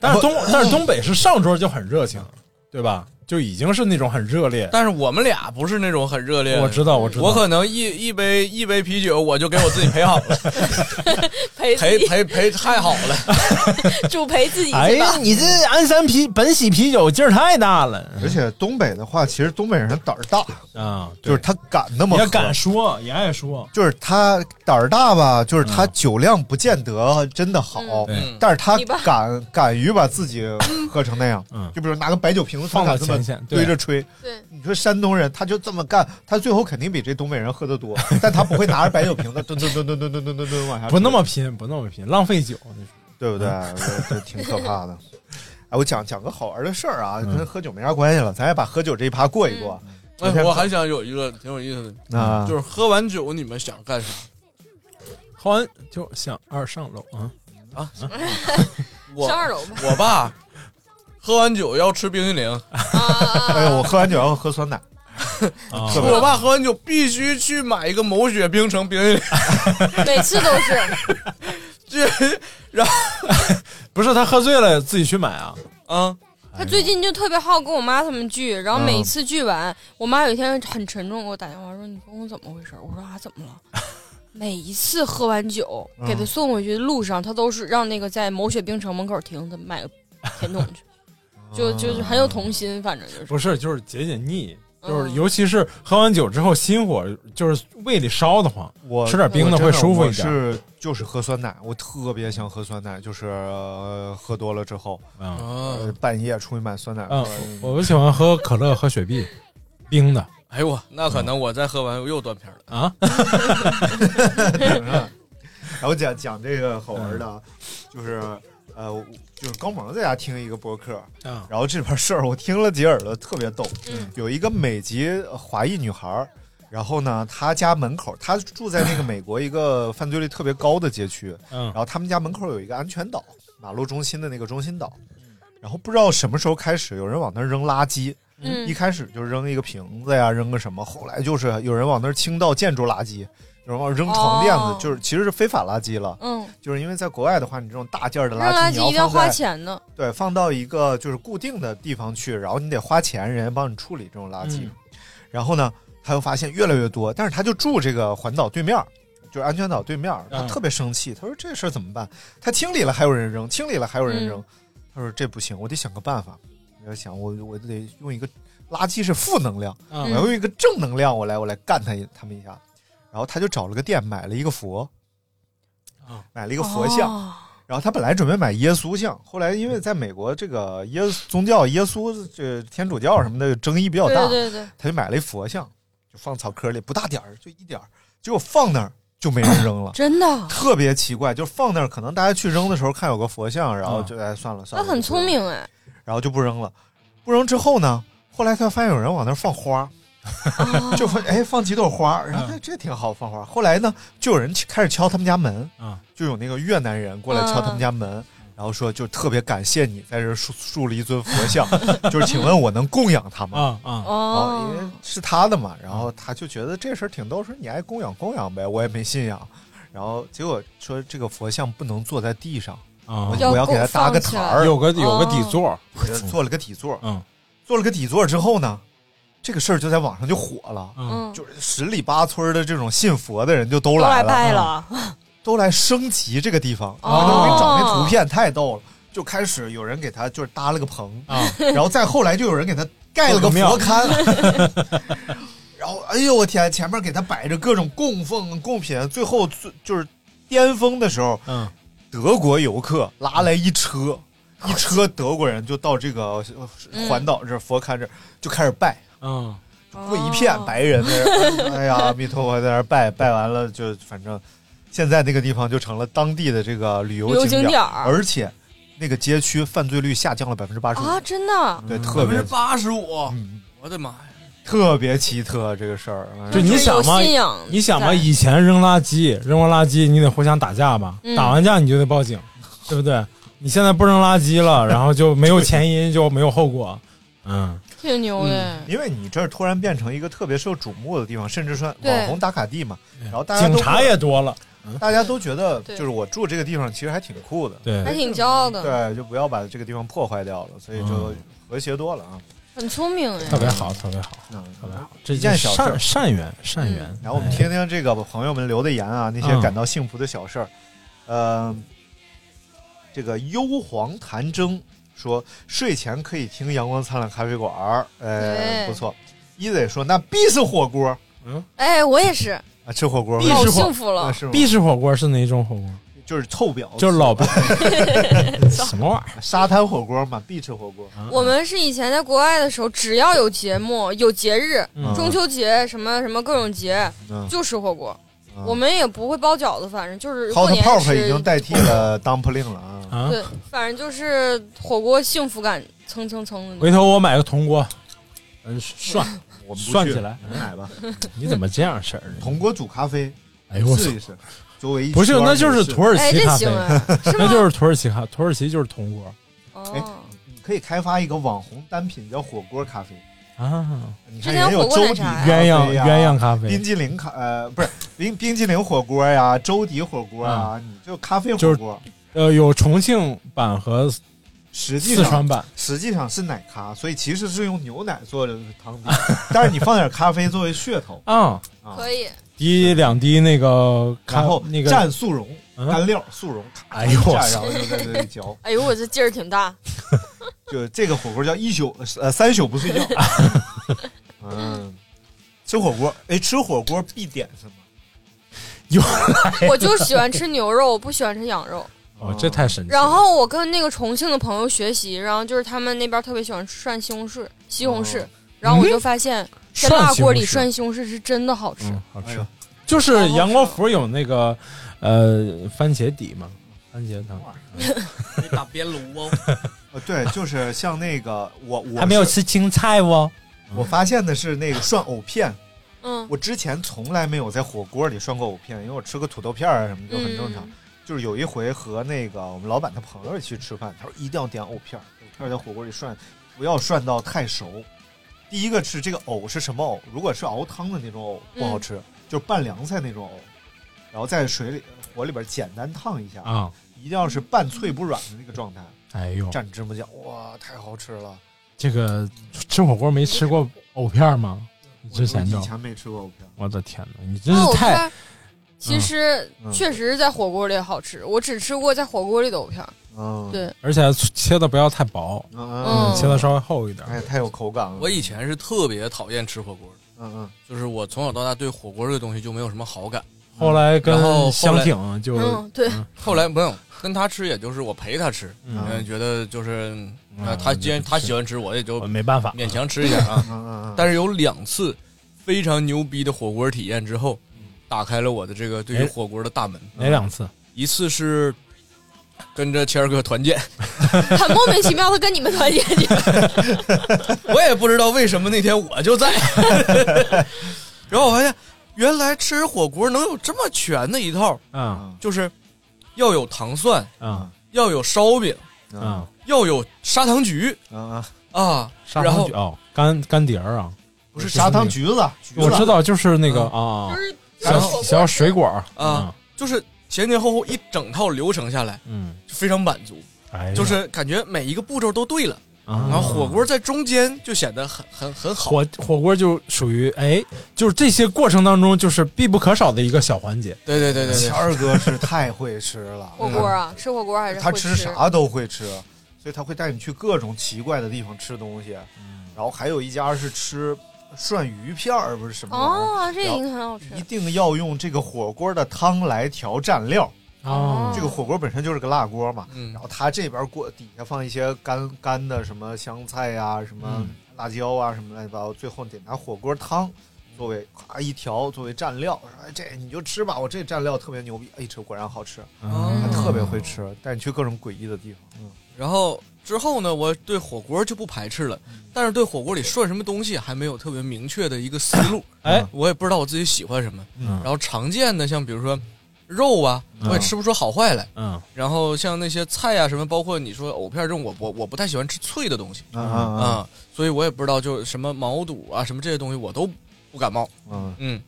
J: 但是东但是东北是上桌就很热情，对吧？就已经是那种很热烈，
I: 但是我们俩不是那种很热烈的，
J: 我知道我知道
I: 我可能一一杯一杯啤酒，我就给我自己陪好
J: *laughs*
I: 了，
K: 陪自
I: 陪
K: 己
I: 陪陪太好了。
K: 主陪自己
J: 哎
K: 去吧
J: 呀，。你这鞍山啤本喜啤酒劲儿太大了
H: 而且东北的话，其实东北人胆儿大，
J: 啊！
H: 就是他敢那么
J: 也
H: 喝
J: 敢说，也爱说，
H: 就是他胆儿大吧，就是他酒量不见得真的好，
J: 对
H: 但是他
K: 嗯你吧
H: 敢敢于把自己喝成那样，
J: 嗯
H: 就比如拿个白酒瓶子
J: 放到
H: 这么
J: 前线对
H: 对着吹。
K: 对，
H: 你说山东人他就这么干，他最后肯定比这东北人喝得 *laughs* 多，但他不会拿着白酒瓶子 *laughs* 吨吨吨吨吨吨吨吨吨往下，
J: 不那，么拼，不那么拼，浪费酒。
H: 对不对？
J: 嗯
H: 这挺可怕的。哎，我讲讲个好玩的事儿啊，
J: 嗯
H: 跟喝酒没啥关系了，咱也把喝酒这一趴过一过。昨
I: 哎，
H: 天
I: 我还想有一个挺有意思的，
H: 啊，
I: 就是喝完酒你们想干啥？
J: 喝完就想二上楼啊，
I: 我
K: 上二楼吧。
I: *laughs* 我爸喝完酒要吃冰淇淋，
K: 啊啊
H: 哎
K: 啊
H: 呦，我喝完酒要喝酸
J: *laughs*
H: 奶，
J: 啊
H: 特别
I: 我爸喝完酒必须去买一个某雪冰城冰淇淋， *laughs*
K: 啊！每次都是，
I: 这
J: 不是他喝醉了自己去买啊，
I: 啊，
K: 他最近就特别好跟我妈他们聚，然后每次聚完，我妈有一天很沉重给我打电话说：“你公公怎么回事？”我说：“啊，怎么了？”每一次喝完酒给他送回去的路上，他都是让那个在某雪冰城门口停，他买个甜筒去，就就是很有童心，反正就是。
J: 不是就是解解腻，就是
K: 嗯
J: 尤其是喝完酒之后心火，就是胃里烧得慌，
H: 我
J: 吃点冰的
H: 我真
J: 会舒服一
H: 我
J: 点。
H: 是就是喝酸奶，我特别想喝酸奶，就是、呃喝多了之后，
J: 嗯
H: 呃
I: 啊，
H: 半夜出去买酸奶喝。
J: 嗯，我我喜欢喝可乐，喝雪碧，冰的
I: 哎呦我，那可能我再喝完又断片了。
J: 啊，
H: 然后讲讲这个好玩的
J: 嗯
H: 啊，就是呃，我就是高萌在家听一个播客，
J: 嗯
H: 然后这里边事儿我听了几耳朵，特别逗。
K: 嗯
H: 有一个美籍呃华裔女孩儿，然后呢，她家门口，她住在那个美国一个犯罪率特别高的街区，
J: 嗯
H: 然后他们家门口有一个安全岛，马路中心的那个中心岛。
J: 嗯
H: 然后不知道什么时候开始，有人往那儿扔垃圾。一
K: 嗯，
H: 开始就扔一个瓶子呀，扔个什么，后来就是有人往那儿倾倒建筑垃圾，有人往扔床垫子，
K: 哦
H: 就是其实是非法垃圾了。
K: 嗯，
H: 就是因为在国外的话，你这种大件儿的
K: 扔
H: 垃圾，
K: 垃
H: 你
K: 圾
H: 要
K: 一定要
H: 放在
K: 花钱的，，
H: 对，放到一个就是固定的地方去，然后你得花钱，人家帮你处理这种垃圾。
J: 嗯
H: 然后呢，他又发现越来越多，但是他就住这个环岛对面儿，就是安全岛对面儿，他
J: 嗯
H: 特别生气，他说这
J: 嗯
H: 事儿怎么办？他清理了还有人扔，清理了还有人扔，他说这不行，我得想个办法。我就想我我得用一个垃圾是负能量，
J: 嗯
H: 我要用一个正能量，我来我来干他一他们一下。然后他就找了个店买了一个佛，买了一个佛像。
L: 哦
H: 然后他本来准备买耶稣像，后来因为在美国这个耶稣宗教耶稣这天主教什么的争议比较大，
L: 对
H: 嗯
L: 对对
H: 他就买了一佛像，就放草坑里，不大点儿，就一点儿，结果放那儿就没人扔了
K: *coughs* 真的，啊
H: 特别奇怪，就放那儿，可能大家去扔的时候看有个佛像，然后就哎算了算
K: 他
H: 了，
K: 很聪明哎，
H: 然后就不扔了。不扔之后呢，后来他发现有人往那儿放花，就发哎放几朵花，然后哎这挺好放花。后来呢，就有人去开始敲他们家门，
J: 啊，
H: 就有那个越南人过来敲他们家门。然后说，就特别感谢你在这儿树树了一尊佛像， *laughs* 就是请问我能供养他吗？
J: 啊啊
H: 哦，因为是他的嘛，然后他就觉得这事儿挺逗，说你爱供养供养呗，我也没信仰。然后结果说这个佛像不能坐在地上，
J: 啊
H: 我我要给他搭个台儿，
J: 有个有个底座，
H: 我就做了个底座，
J: 嗯，
H: 做了个底座之后呢，这个事儿就在网上就火了，
J: 嗯
H: 就是十里八村的这种信佛的人就都
L: 都
H: 来嗯
L: 来拜了，
H: 都来升级这个地方。
L: 哦
H: 我给你找那图片太逗了，就开始有人给他就是搭了个棚
J: 啊
H: *laughs* 然后再后来就有人给他盖了个佛龛，
J: *laughs*
H: 然后哎呦我天，前面给他摆着各种供奉贡品，最后最就是巅峰的时候，
J: 嗯，
H: 德国游客拉来一车。一车德国人就到这个
K: 嗯
H: 呃环岛这儿佛龛这儿就开始拜，
J: 嗯，
H: 跪一片白人在那
K: 哦
H: 儿，哎呀，阿弥陀佛在那儿
K: *laughs*
H: 拜，拜完了就反正现在那个地方就成了当地的这个旅游
K: 旅游
H: 景
K: 景点儿
H: 而且那个街区犯罪率下降了百分之八十五，
K: 啊，真的，
H: 对，特别
I: 八十五，
J: 嗯
I: 我的妈呀！
H: 特别奇特这个事儿，啊
J: 就你想嘛
K: 有信仰，
J: 你想嘛，
K: 在
J: 以前扔垃圾，扔完垃圾你得互相打架吧，
K: 嗯
J: 打完架你就得报警，对不对？你现在不扔垃圾了，然后就没有前因，就没有后果，嗯，
K: 挺牛的
H: 嗯，因为你这儿突然变成一个特别受瞩目的地方，甚至算
K: 对
H: 网红打卡地嘛，然后大家都
J: 警察也多了，
H: 大家都觉得
K: 对
H: 就是我住这个地方其实还挺酷的，
J: 对
K: 还挺骄傲的，
H: 对，就不要把这个地方破坏掉了，所以就
J: 嗯
H: 和谐多了啊。
K: 很聪明哎，
J: 特别好，特别好，
H: 特
J: 别好，
H: 一件小事
J: 善善缘，善缘。
H: 然后我们听听这个朋友们留的言啊，那些
J: 嗯
H: 感到幸福的小事儿。呃，这个幽黄谭征说，睡前可以听《阳光灿烂咖啡馆》，呃，
K: 对
H: 不错。一得说，那必是火锅，嗯
K: 哎，我也是，
H: 啊，吃火锅
K: 必是火老幸福了
H: 啊是吗
J: 必式火锅是哪种火锅？
H: *laughs* 就是臭婊子，
J: 就是老婆 *laughs* 什么玩意
H: 儿？沙滩火锅嘛，必吃火锅。
K: 我们是以前在国外的时候，只要有节目、有节日，
H: 嗯
K: 中秋节什么什么各种节，
H: 嗯
K: 就吃火锅。
H: 嗯
K: 我们也不会包饺子，反正就是过
H: hot
K: 年
H: pop
K: 吃
H: 已经代替了 dumpling 了啊。
J: 啊
K: 对，反正就是火锅幸福感蹭蹭蹭的那种。
J: 回头我买个铜锅，嗯，涮
H: 我，们不去
J: 涮起来，
H: 你买吧。
J: 你怎么这样式儿呢？
H: 铜锅煮咖啡，
J: 哎呦我操
H: 试一试。周 *laughs* 围一
J: 不是，
H: 圈儿
J: 那就是
H: 试
J: 土耳其咖啡
K: 哎这行啊是，吗
J: *laughs*
K: 哦
J: 那就是土耳其咖，土耳其就是铜锅
H: 哎，你可以开发一个网红单品叫火锅咖啡。
J: 啊。
H: 你看人有周底咖啡
J: 鸳
H: 哎呀
J: 鸯鸳鸯咖啡
H: 冰，激凌咖呃不是冰冰激凌火锅呀、周底火锅啊，你就咖啡
J: 就
H: 火
J: 是
H: 锅。
J: 呃，有重庆版和
H: 实际
J: 四
H: 上
J: 川版，
H: 实际上是奶咖，所以其实是用牛奶做的汤底， *laughs* 但是你放点咖啡作为噱头
J: 啊，
H: 啊，
K: 可以，
J: 滴两滴那个咖
H: 然后
J: 那个
H: 蘸速溶
J: 嗯
H: 干料速溶，
J: 哎呦
H: 蘸然后就在这里嚼。
K: 哎呦，我这劲儿挺大。
H: *laughs* 就这个火锅叫一宿呃三宿不睡觉。嗯，吃火锅，哎，吃火锅必点什么？
K: *laughs* 我就喜欢吃牛肉，我不喜欢吃羊
J: *laughs*
K: 肉。
J: 哦，这太神奇了。
K: 然后我跟那个重庆的朋友学习，然后就是他们那边特别喜欢涮西红柿，西红柿。然后我就发现，
J: 哦
K: 在
J: 嗯涮
K: 辣
J: 西
K: 锅
J: 红
K: 里
J: 柿
K: 涮西红柿是真的好吃。
J: 嗯，
H: 哎
J: 好吃。就是杨国福有那个呃番茄底嘛，番茄汤。
I: 得打边炉
J: *laughs*
I: 哦。
H: 呃，对，就是像那个我我
J: 还没有
H: 是
J: 吃青菜哦。
H: 我发现的是那个涮藕片，
K: 嗯，
H: 我之前从来没有在火锅里涮过藕片，因为我吃个土豆片儿啊什么就很正常。
K: 嗯
H: 就是有一回和那个我们老板他朋友一起吃饭，他说一定要点藕片儿，藕片儿在火锅里涮，不要涮到太熟。第一个是这个藕是什么藕？如果是熬汤的那种藕
L: 嗯
H: 不好吃，就是拌凉菜那种藕，然后在水里火里边简单烫一下
J: 啊，
H: 一定要是半脆不软的那个状态。
J: 哎呦，
H: 蘸芝麻酱，哇，太好吃了！
J: 这个吃火锅没吃过藕片吗？你之前
H: 我
J: 就
H: 以前没吃过藕片，
J: 我的天哪，你真是
K: 藕片
J: 太
K: 儿其实
J: 嗯
K: 确实在火锅里好吃，我只吃过在火锅里的藕片儿。
H: 嗯
K: 对，
J: 而且切的不要太薄，
K: 嗯
J: 嗯，切的稍微厚一点，
H: 哎，太有口感了。
I: 我以前是特别讨厌吃火锅的，
H: 嗯嗯，
I: 就是我从小到大对火锅这个东西就没有什么好感。
J: 后来跟
I: 然后后
J: 香
I: 来
J: 挺就嗯
K: 对
I: 后来没有跟他吃，也就是我陪他吃，
J: 嗯
I: 嗯，觉得就是呃他既然他喜欢吃，我也就
J: 没办法
I: 勉强吃一点
J: 嗯嗯
I: 啊
J: 嗯。
I: 但是有两次非常牛逼的火锅体验之后，
J: 嗯
I: 打开了我的这个对于
J: 哪
I: 火锅的大门。
J: 哪两次？
I: 一次是跟着谦儿哥团建， *laughs*
K: *laughs* 很莫名其妙的跟你们团结去，
I: 我也不知道为什么那天我就在， *laughs* 然后我发现原来吃火锅能有这么全的一套，
J: 嗯，
I: 就是要有糖蒜，
J: 嗯
I: 要有烧饼，
J: 嗯
I: 要有砂糖橘
H: 啊
I: 啊，
J: 砂
I: 然
J: 糖
I: 后
J: 橘哦，干干碟儿啊，
I: 不是
J: 那
I: 砂糖
J: 个
I: 橘子橘子
J: 我知道，就是那个啊，小小水果儿
I: 啊，就是前前后后一整套流程下来，
J: 嗯，
I: 就非常满足，
J: 哎呀
I: 就是感觉每一个步骤都对了，
J: 啊
I: 然后火锅在中间就显得很很很好，
J: 火火锅就属于哎，就是这些过程当中就是必不可少的一个小环节。
I: 对对对对对
H: 谦儿哥是太会吃了，
K: 火锅啊，吃火锅还是
H: 他
K: 会
H: 吃啥都会吃，所以他会带你去各种奇怪的地方吃东西。然后还有一家是吃涮鱼片儿，不是什么玩意儿
K: 哦，这
H: 然
K: 个
H: 后
K: 很好吃。
H: 一定要用这个火锅的汤来调蘸料。
J: 哦
H: 这个火锅本身就是个辣锅嘛，
I: 嗯
H: 然后它这边锅底下放一些干干的什么香菜呀、什么
J: 嗯
H: 辣椒啊，什么乱七八糟，最后得拿火锅汤作为咔一调作为蘸料，说哎这你就吃吧，我这蘸料特别牛逼，哎这果然好吃，
J: 嗯
H: 他特别会吃，带你去各种诡异的地方，嗯，
I: 然后之后呢，我对火锅就不排斥了，
J: 嗯
I: 但是对火锅里涮什么东西还没有特别明确的一个思路。嗯
J: 哎，
I: 我也不知道我自己喜欢什么。
J: 嗯
I: 然后常见的像比如说肉啊，
J: 嗯
I: 我也吃不出好坏来。
J: 嗯，
I: 然后像那些菜啊什么，包括你说藕片这种，我我我不太喜欢吃脆的东西
H: 嗯
I: 啊、
H: 嗯嗯
I: 所以我也不知道就什么毛肚啊什么这些东西我都不感冒。
H: 嗯
I: 嗯，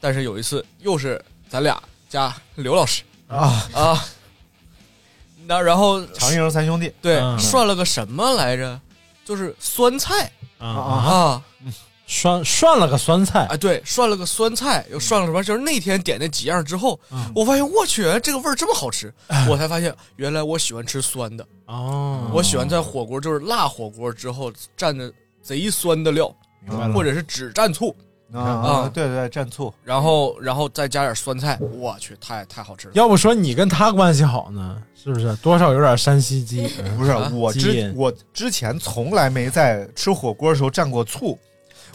I: 但是有一次又是咱俩加刘老师
H: 啊
J: *laughs*
I: 啊，那然后
H: 长营三兄弟，
I: 对，
H: 嗯
I: 涮了个什么来着？就是酸菜
J: 啊
I: 啊！
J: 涮涮了个酸菜
I: 啊！对，涮了个酸菜，又涮了什么？就是那天点那几样之后，我发现我去，哎这个味儿这么好吃，我才发现原来我喜欢吃酸的。
J: 哦
I: 我喜欢在火锅，就是辣火锅之后蘸着贼酸的料
J: 明白，了
I: 或者是只蘸醋
H: 啊
I: 啊
H: 对对，蘸醋，
I: 然后然后再加点酸菜，我去，太太好吃了。
J: 要不说你跟他关系好呢，是不是？多少有点山西嗯基，
H: 不是我
J: 基
H: 之
J: 因
H: 我之前从来没在吃火锅的时候蘸过醋，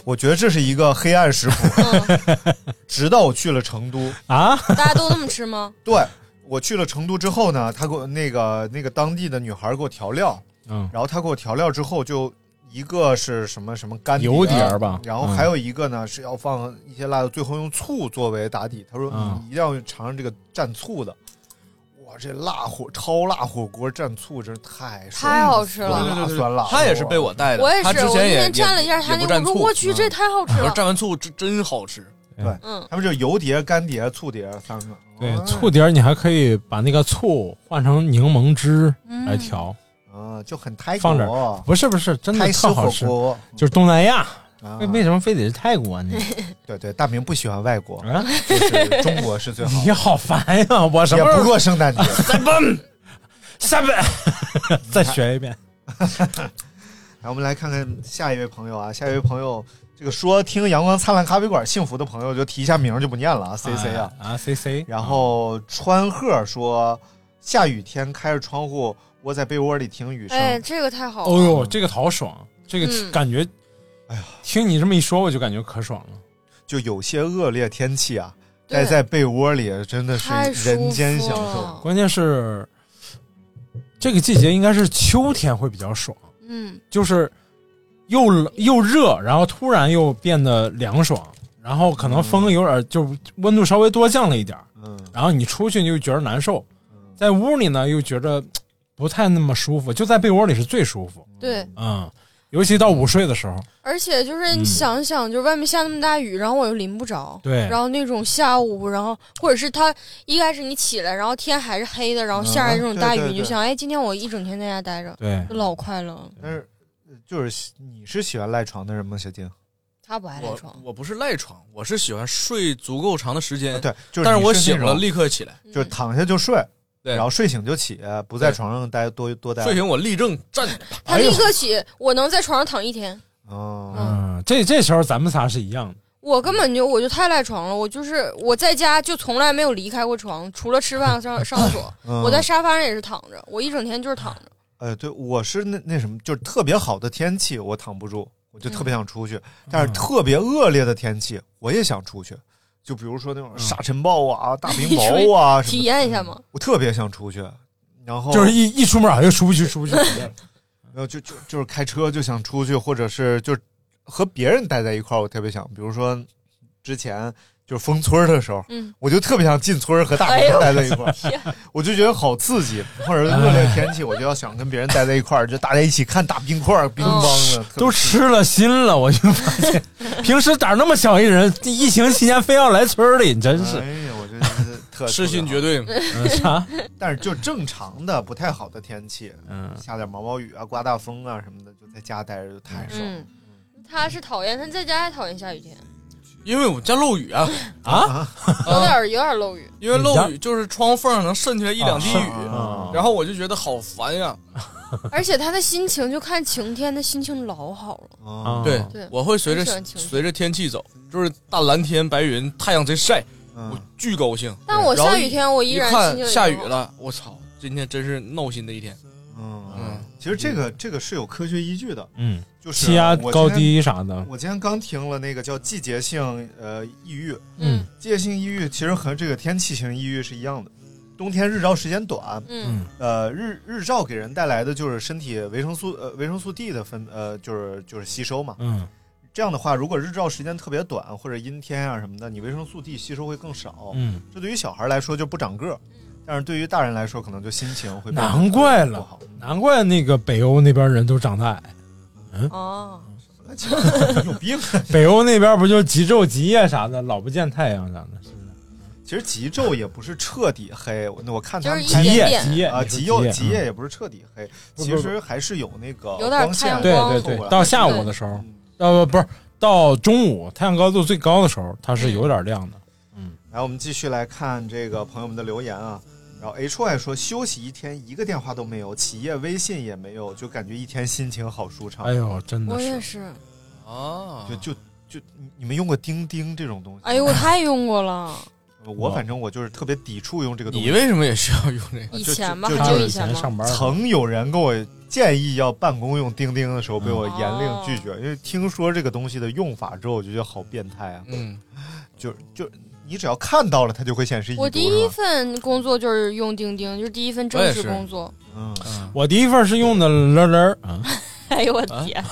H: 我觉得这是一个黑暗食谱。直到我去了成都
J: 啊，
K: 嗯大家都那么吃吗？
H: 对我去了成都之后呢，他给我那个那个当地的女孩给我调料，
J: 嗯
H: 然后他给我调料之后就。一个是什么什么干碟
J: 油碟儿吧
H: 然后还有一个呢、是要放一些辣的，最后用醋作为打底。他说
J: 嗯
H: 你一定要尝尝这个蘸醋的，哇，这辣火超辣火锅蘸醋真是太爽
K: 太好吃了
H: 酸辣
K: 对对对
H: 酸辣，
I: 他也是被我带的，
K: 我也
I: 哎他之
K: 是，我
I: 前
K: 那
I: 也
K: 天蘸了一下他那
I: 也不
K: 个，我说
I: 蘸醋，
K: 我去，
I: 嗯
K: 这太好吃
I: 然
K: 了
I: 后。蘸完醋真真好吃，
H: 对，
K: 嗯
H: 他们就油碟、干碟、醋碟三个。
J: 对，醋碟儿你还可以把那个醋换成柠檬汁来调，
H: 啊，就很泰国，
J: 放点儿。不是不是，真的
H: 泰式
J: 特好吃
H: 火锅，
J: 就是东南亚。
H: 啊
J: 为为什么非得是泰国
H: *laughs*
J: 呢？
H: 对对，大明不喜欢外国，
J: 啊
H: 就是中国是最好
J: 你好烦呀！我什
H: 的，
J: 么时
H: 也
J: 候
H: 不过圣诞节。
J: 下本，再学一遍。
H: 来，我们来看看下一位朋友啊，下一位朋友，这个说听阳光灿烂咖啡馆幸福的朋友就提一下名儿就不念了啊，C
I: 哎
H: C 啊，
J: 啊，C C，
H: 然后川鹤说，下雨天开着窗户窝在被窝里听雨声，
K: 哎，这个太好了。
J: 哦呦，这个好爽，这
K: 嗯
J: 个感觉，哎呀，听你这么一说，我就感觉可爽了。
H: 就有些恶劣天气啊，
J: 对
H: 待在被窝里真的是
J: 太舒
H: 人间
J: 服
H: 享
J: 了
H: 受。
J: 关键是这个季节应该是秋天会比较爽，
K: 嗯，
J: 就是又冷又热，然后突然又变得凉爽，然后可能风有点儿就温度稍微多降了一点儿，
H: 嗯，
J: 然后你出去你就觉得难受，在屋里呢又觉着不太那么舒服，就在被窝里是最舒服，
K: 对，
J: 嗯，尤其到午睡的时候，
K: 而且就是你
J: 嗯
K: 想一想，就是外面下那么大雨，然后我又淋不着，
J: 对
K: 然后那种下午，然后或者是他一开始你起来，然后天还是黑的，然后下着这种大雨，
H: 嗯对对
K: 你就想，哎，今天我一整天在家待着，
J: 对
K: 就老快乐了。
H: 但是呃就是你是喜欢赖床的人吗，小静？
K: 他不爱赖
I: 我
K: 床，
I: 我不是赖床，我是喜欢睡足够长的时间。
H: 啊对，就是
I: 呃但是
H: 你
I: 我
H: 是那
I: 醒了
H: 种
I: 立刻起来，
H: 就是躺下就睡，
I: 对
H: 然后睡醒就起，不在
I: 对
H: 床上待多多待。
I: 睡醒我立正站哎起来。
K: 他立刻起，我能在床上躺一天。
H: 哦
J: 嗯，这这时候咱们仨是一样的。
K: 我根本就我就太赖床了，我就是我在家就从来没有离开过床，除了吃饭上上厕所，
H: 嗯
K: 我在沙发上也是躺着，我一整天就是躺着。
H: 呃，对，我是那那什么，就是特别好的天气我躺不住，我就特别想出
J: 嗯
H: 去；但是特别恶劣的天气我也想出去，就比如说那种
J: 嗯
H: 沙尘暴啊、大冰雹啊什
K: 体
H: 么的，
K: 验 *laughs* 一下嘛。
H: 我特别想出去。然后
J: 就是一一出门好像出不去，出不去。
H: *laughs* 呃，就就就是开车就想出去，或者是就是和别人待在一块儿，我特别想，比如说之前就是封村儿的时候，
K: 嗯
H: 我就特别想进村儿和大
K: 哎呦
H: 伙待在一块儿，
K: *laughs* 天
H: 我就觉得好刺激，或者是恶劣天气，我就要想跟别人待在一块儿，就大家一起看大冰块儿、冰崩
K: 哦
H: 的，
J: 都吃了心了，我就发现，平时胆儿那么小一人，疫情期间非要来村儿里，你真是
H: 哎呀，我觉得特
J: 失信
H: 绝
I: 对
J: 嗯啥？
H: 但是就正常的不太好的天气，
J: 嗯，
H: 下点毛毛雨啊、刮大风啊什么的，就在家待着就太爽。
K: 嗯，他是讨厌，他在家还讨厌下雨天，
I: 啊因为我们家漏
K: *laughs*
I: 雨啊
J: 啊，
K: 有点有点漏雨。
I: 因为漏雨就是窗缝上能渗出来一两滴雨
J: 嗯
H: 啊，
I: 然后我就觉得好烦呀。
K: 而且他的心情就看晴天，他心情老好了。
H: 啊
I: 对
K: 对，
I: 我会随
K: 很喜欢
I: 着
K: 晴天
I: 随着天气走，就是大蓝天白云，太阳贼晒，
H: 嗯
I: 我巨高兴。
K: 但我
I: 然后
K: 下雨天我依
I: 一
K: 然心
I: 看
K: 情也
I: 下
K: 不
I: 雨
K: 好
I: 了，我操，今天真是闹心的一天。
H: 嗯，其实这个这个是有科学依据的，
J: 嗯
H: 就是
J: 气压
H: 我今嗯天
J: 高低啥的
H: 我今天刚听了那个叫季节性呃抑郁，
J: 嗯，
H: 季节性抑郁其实和这个天气性抑郁是一样的，冬天日照时间短，
K: 嗯，
H: 呃日日照给人带来的就是身体维生素呃维生素 D 的分呃就是就是吸收嘛，
J: 嗯，
H: 这样的话，如果日照时间特别短或者阴天啊什么的，你维生素 D 吸收会更少，
J: 嗯，
H: 这对于小孩来说就不长个儿，但是对于大人来说可能就心情会变得
J: 难怪
H: 不
J: 了
H: 好，
J: 嗯难怪那个北欧那边人都长得矮。嗯，
K: 哦，
H: *laughs* 有病。啊
J: *laughs* 北欧那边不就极昼极夜啥的，老不见太阳啥的。
H: 其实极昼也不是彻底黑，我那我看他们
J: 就是一点点极夜极夜
H: 啊，
J: 你说
H: 极
J: 极
H: 夜
J: 夜嗯
H: 极夜也不是彻底黑，
J: 不
H: 其实还是有那个
K: 有点
H: 光线
K: 太阳
J: 对嗯
K: 光
J: 对
K: 透过
J: 对，
K: 来
J: 到下午的时候，呃不不是到中午太阳高度最高的时候，它是有点亮的。
H: 然后我们继续来看这个朋友们的留言啊。然后 H Y 说休息一天一个电话都没有，企业微信也没有，就感觉一天心情好舒畅。
J: 哎呦，真
I: 嗯
J: 的
K: 我
J: 是
K: 也是。
I: 啊，
H: 就就就你你们用过钉钉这种东西吗？
K: 哎呦，我太用过了，
I: 啊
H: 我反正我就是特别抵触用这个东西。
I: 你为什么也需要用这个？
K: 以前吧，
H: 就
K: 很久以前吧。
J: 班儿
H: 曾有人跟我建议要办公用钉钉的时候，被我严令拒
K: 哦
H: 绝，因为听说这个东西的用法之后，我就觉得好变态啊。 *laughs*
I: 嗯，
H: 就就你只要看到了，它就会显示已读。
K: 我第一
H: 是吧
K: 份工作就是用钉钉，就是第一份正式工作。
H: 嗯，
J: 我第一份是用的乐乐啊，
K: *laughs* 哎呦我 *laughs* 天！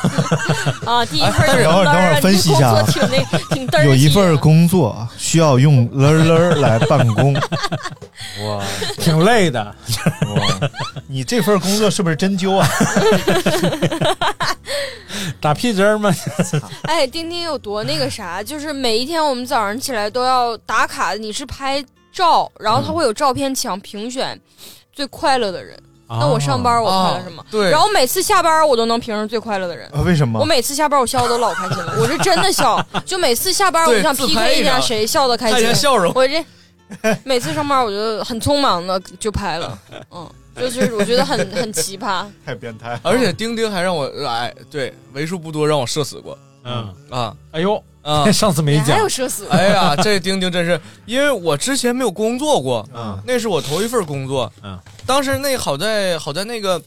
K: 啊，第一份
H: 哎
K: 就
H: 等会儿等会儿分析一下啊
K: 工作挺
H: *laughs*
K: 那挺嘚儿啊
H: 有一
K: 气的
H: 份工作需要 *laughs* 用了了来办公，哇，
J: 挺累的。
H: 哇，你这份工作是不是针灸 *laughs* 啊？
J: 打屁针儿吗？
K: 哎，钉钉有多那个啥？就是每一天我们早上起来都要打卡，你是拍照，然
H: 嗯
K: 后他会有照片墙评选最快乐的人。
J: 啊
K: *laughs* 那我上班我快乐什么？
I: 啊对
K: 然后每次下班我都能评上最快乐的人。
H: 啊为什么
K: 我每次下班我笑的都老开心了，我是真的笑。就每次下班我就
I: 对
K: 想
I: 自拍
K: PK
I: 一
K: 一下
I: 张
K: 谁笑的开
I: 看一
K: 心，
I: 下笑容
K: 我这每次上班我就很匆忙的就拍了，嗯，就是我觉得很很奇葩。
H: 太变态了。
I: 而且钉钉还让我哎，对，为数不多让我社死过。
J: 嗯
I: 啊，
J: 哎呦 *laughs*
K: 嗯
I: 啊，
J: 上次没讲，
K: 社死
I: 哎呀，这钉钉真是，因为我之前没有工作过，
H: 嗯
I: 那是我头一份工作。
J: 嗯，
I: 当时那好在好在那个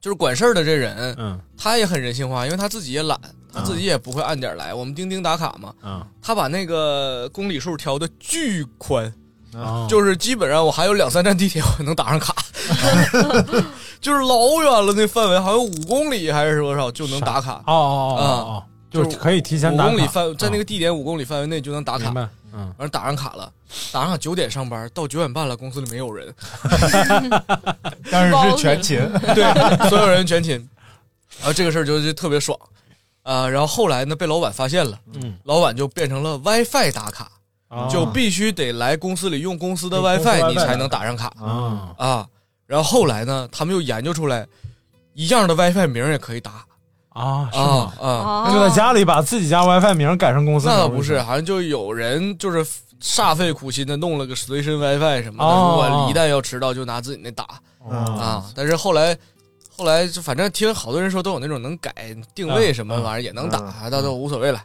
I: 就是管事儿的这人，
J: 嗯，
I: 他也很人性化，因为他自己也懒，他自己也不会按点儿来。我们钉钉打卡嘛，
J: 嗯，
I: 他把那个公里数调的巨宽，
J: 啊
I: 就是基本上我还有两三站地铁我能打上卡，就是老远了那范围，好像五公里还是多少就能打卡。
J: 哦哦哦
I: 啊
J: 哦，就是可以提前
I: 五
J: 打卡啊
I: 公里范在那个地点五公里范围内就能打卡
J: 明。白？嗯，
I: 完了打上卡了，打上九点上班，到九点半了，公司里没有人，
H: 但是是全 *laughs* 勤，
I: *laughs* 对，所有人全勤，然后这个事儿就就特别爽，啊、然后后来呢被老板发现了，
J: 嗯，
I: 老板就变成了 WiFi 打卡，
J: 啊
I: 就必须得来公司里用公司的
J: 用公司
I: WiFi，
J: WiFi
I: 你才能打上卡
J: 啊
I: 啊。然后后来呢，他们又研究出来一样的 WiFi 名儿也可以打，
J: 啊，是
I: 啊
J: 吗？
K: 哦
I: 啊
J: 就在家里把自己家 WiFi 名改成公司名
I: 那
J: 儿，
I: 倒不是，啊好像就有人就是煞费苦心的弄了个随身 WiFi 什么的，
J: 哦
I: 如果一旦要迟到，就拿自己那打、
J: 哦
H: 嗯
I: 啊。但是后来，后来就反正听好多人说都有那种能改定位什么玩意儿也能打，啊
J: 嗯
I: 倒都无所谓了。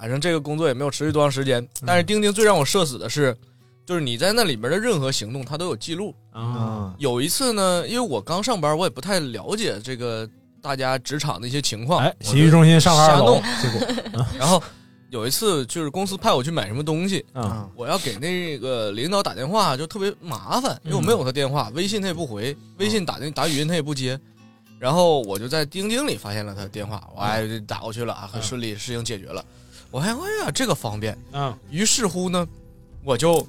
I: 反正这个工作也没有持续多长时间。但是钉钉最让我社死的是，就是你在那里面的任何行动，它都有记录。
J: 啊，
I: 有一次呢，因为我刚上班，我也不太了解这个大家职场的一些情况。哎，
J: 洗浴中心上了二楼
I: 瞎弄。
J: 结果啊
I: 然后有一次就是公司派我去买什么东西，
J: 嗯
I: 我要给那个领导打电话就特别麻烦，因为我没有他电话，微信他也不回，微信打那打语音他也不接。然后我就在钉钉里发现了他的电话，我哎就打过去了啊，很顺利，事情解决了。我还哎呀这个方便，
J: 嗯，
I: 于是乎呢，我就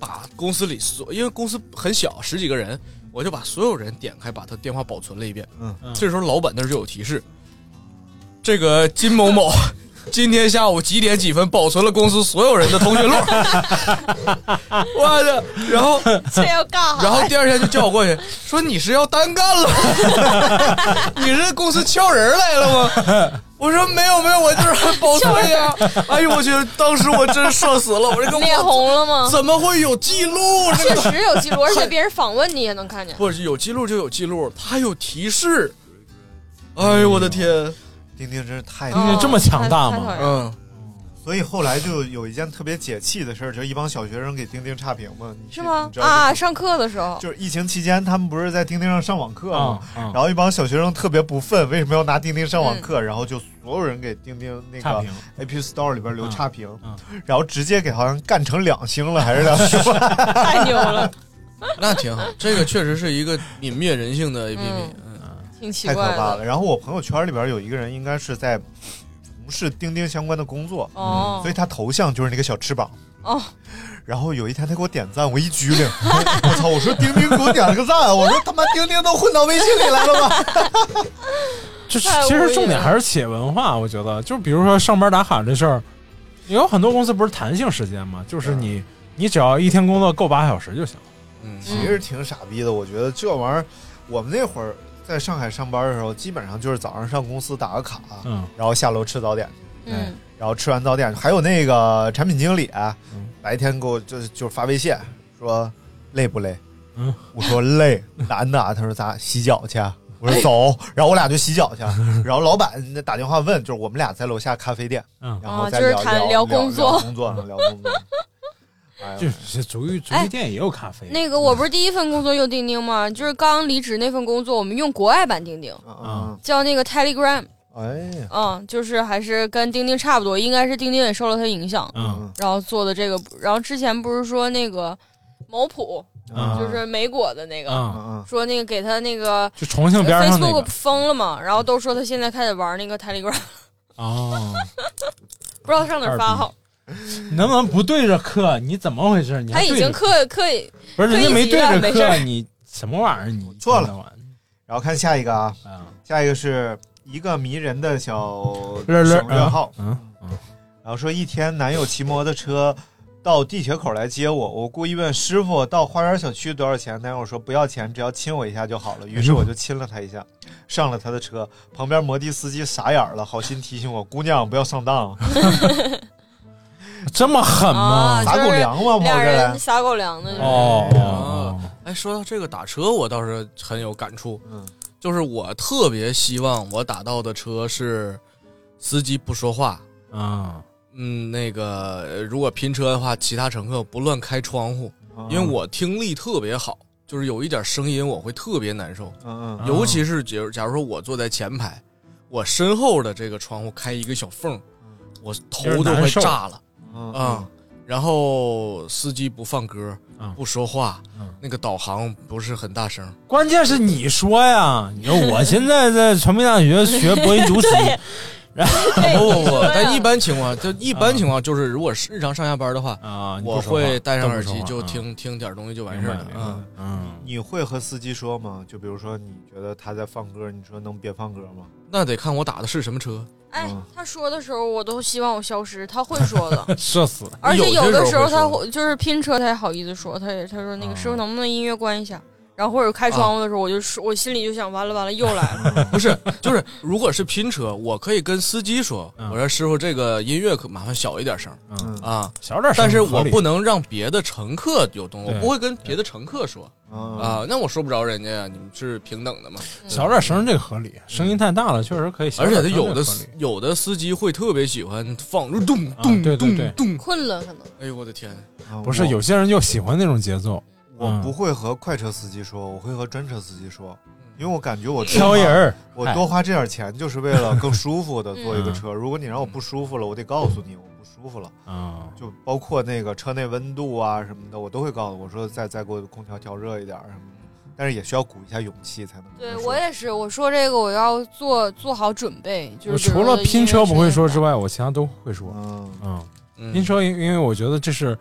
I: 把公司里所，因为公司很小，十几个人，我就把所有人点开，把他电话保存了一遍。
H: 嗯
I: 这时候老板那儿就有提示，这个金某某今天下午几点几分保存了公司所有人的通讯录。我的，
K: *laughs*
I: 然后
K: 这要干啥呀
I: 然后第二天就叫我过去，说你是要单干
K: *laughs*
I: 了吗，你是公司撬人来了吗？我说没有没有，我就是保存呀。哎呦我去，当时我真社死了，我这个
K: 脸红了
I: *laughs*
K: 吗？
I: 怎么会有记录？这
K: 确
I: 个
K: 实有记录，而且别人访问你也能看见。
I: 不是有记录就有记录，它还有提示。哎呦我的天，
H: 钉钉真是太
J: 钉
K: 哦
J: 钉这么强大吗太太讨厌
I: 嗯，
H: 所以后来就有一件特别解气的事儿，就是一帮小学生给钉钉差评嘛，你
K: 是吗
H: 你？知道这
K: 啊，上课的时候
H: 就是疫情期间，他们不是在钉钉上上网课吗？
J: 嗯嗯
H: 然后一帮小学生特别不忿，为什么要拿钉钉上网课？然后就所有人给钉钉那
J: 差
H: 个
J: 评
H: App Store 里边留差评，然后直接给好像干成两星了，还是两星？
K: 太牛了，
I: 那挺好，这个确实是一个泯灭人性的 APP，
K: *laughs* 嗯挺奇
H: 太可
K: 怪
H: 怕
K: 的。
H: 了。然后我朋友圈里边有一个人，应该是在从事钉钉相关的工作，
K: 哦
H: 嗯所以他头像就是那个小翅膀。
K: 哦，
H: 然后有一天他给我点赞，我一激灵， *laughs* 我操！我说钉钉给我点了个赞，我说他妈钉钉都混到微信里来了吧？
J: 就其实重点还是企业文化，我觉得，就比如说上班打卡这事儿，有很多公司不是弹性时间嘛，就是你你只要一天工作够八小时就行。
K: 嗯
H: 其实挺傻逼的，我觉得这玩意儿，我们那会儿在上海上班的时候，基本上就是早上上公司打个卡，
J: 嗯，
H: 然后下楼吃早点去，
K: 嗯，
H: 然后吃完早点，还有那个产品经理，
J: 嗯
H: 白天给我就是就是发微信说累不累？
J: 嗯，
H: 我说累，男的啊，他说咱洗脚去啊。我
J: 哎
H: 说走，然后我俩就洗脚去，啊然后老板打电话问，就是我们俩在楼下咖啡店，
J: 嗯
H: 然后
K: 哦
H: 再
K: 就是
H: 聊
K: 谈
H: 聊
K: 聊工作
H: 聊工作聊工作，哎呀
J: 就是足浴足浴店也有咖啡
K: 哎那个我不是第一份工作用钉钉吗？就是刚离职那份工作，我们用国外版钉钉，
H: 啊，
K: 叫那个 Telegram。
H: 哎呀，
K: 嗯，就是还是跟钉钉差不多，应该是钉钉也受了它影响，
J: 嗯，
K: 然后做的这个。然后之前不是说那个某普，
J: 嗯
K: 就是莓果的那个，
J: 嗯嗯
K: 说那个给他那个
J: 就重庆边上那个
K: Facebook 封了嘛，然后都说他现在开始玩那个 Telegram， *laughs*
J: 哦，
K: 不知道上哪儿发好。
J: 你能不能不对着课？你怎么回事？你还
K: 他已
J: 对着
K: 经刻刻意
J: 不是人
K: 刻
J: 家
K: 意
J: 没
K: 集
J: 对
K: 了
J: 着
K: 没事
J: 课，
K: 儿
J: 你什么玩意儿？你
H: 错了，然后看下一个啊，
J: 嗯
H: 下一个是一个迷人的小
J: 乐乐
H: 小问号，
J: 嗯
H: 然后说一天男友骑摩托车到地铁口来接我，我故意问师傅到花园小区多少钱，男友说不要钱，只要亲我一下就好了，于是我就亲了他一下，上了他的车，旁边摩的司机傻眼了，好心提醒我姑娘不要上当，
J: 这么狠
K: 啊，
H: 撒狗
K: 就是
H: 粮吗？跑这
K: 俩
H: 来
K: 人。撒狗粮
J: *laughs*
K: 的，
J: 哦哦，
I: 哎，说到这个打车，我倒是很有感触。
H: 嗯，
I: 就是我特别希望我打到的车是司机不说话。
J: 啊，
I: 嗯，那个呃如果拼车的话，其他乘客不乱开窗户，
H: 嗯啊
I: 因为我听力特别好，就是有一点声音我会特别难受。
H: 嗯
I: 尤其是假如假如说我坐在前排，我身后的这个窗户开一个小缝儿，我头都快炸了。
H: 嗯嗯
I: 啊、然后司机不放歌，不说话，那个导航不是很大声。
J: 关键是你说呀，你说我现在在传媒大学学播音
K: *laughs*
J: 主持，然后
I: *laughs* 不不
K: 啊
I: 不，但一般情况，就一般情况就是，如果是日常上下班的话，
J: 啊
H: 你不
I: 我
H: 说话
I: 会戴上
H: 更不
I: 耳
H: 说
I: 机
H: 话
I: 就
H: 嗯
I: 听听点东西就完事儿了。嗯，
J: 嗯，
H: 你会和司机说吗？就比如说，你觉得他在放歌，你说能别放歌吗？
I: 那得看我打的是什么车。
K: 哎，他说的时候我都希望我消失，他会说
J: *laughs*
K: 的。
J: 社死。哎
K: 而且
I: 有
K: 有
I: 些
K: 的时候
I: 会说
K: 他会就是拼车，他也好意思说，他也他说那个师傅能不能音乐关一下？然后或者开窗户的时候，我就说，我心里就想，完了完了，又来了。
I: *laughs* 不是，就是如果是拼车，我可以跟司机说，我说师傅，这个音乐可麻烦小一点声，
J: 嗯
I: 啊，
J: 小点声
I: 但是
J: 合
I: 我
J: 理
I: 不能让别的乘客有
H: 嗯
I: 动作，我
J: 对
I: 不会跟别的乘客说啊，那我说不着人家呀，你们是平等的嘛。
H: 嗯
J: 小点声这个合理，声音太大了确实可以小
I: 嗯而
J: 点
I: 且
J: 声
I: 他
J: 这个合理。
I: 有的司有的司机会特别喜欢放咚咚
J: 啊
I: 咚
J: 对对对
I: 咚咚，
K: 困了可能。
I: 哎呦我的天，
H: 嗯
J: 不是有些人就喜欢那种节奏，
H: 我
J: 嗯
H: 不会和快车司机说，我会和专车司机说，
I: 嗯
H: 因为我感觉我多
J: *laughs* 挑
H: 花
J: 人儿
H: 我
J: 嗨
H: 多花这点钱就是为了更舒服
K: *laughs*
H: 的坐一个
J: 嗯
H: 车。如果你让我不舒服了，我得告诉你我不舒服了。
I: 嗯
J: 啊，
H: 就包括那个车内温度啊什么的，我都会告诉我说再再给我空调调热一点儿什么的。但是也需要鼓一下勇气才能。
K: 对我也是，我说这个我要做做好准备，就
J: 我
K: 是
J: 除了拼车不会说之
K: 外，
J: 外，我其他都会说。
H: 嗯
I: 嗯，
J: 拼车因因为我觉得这是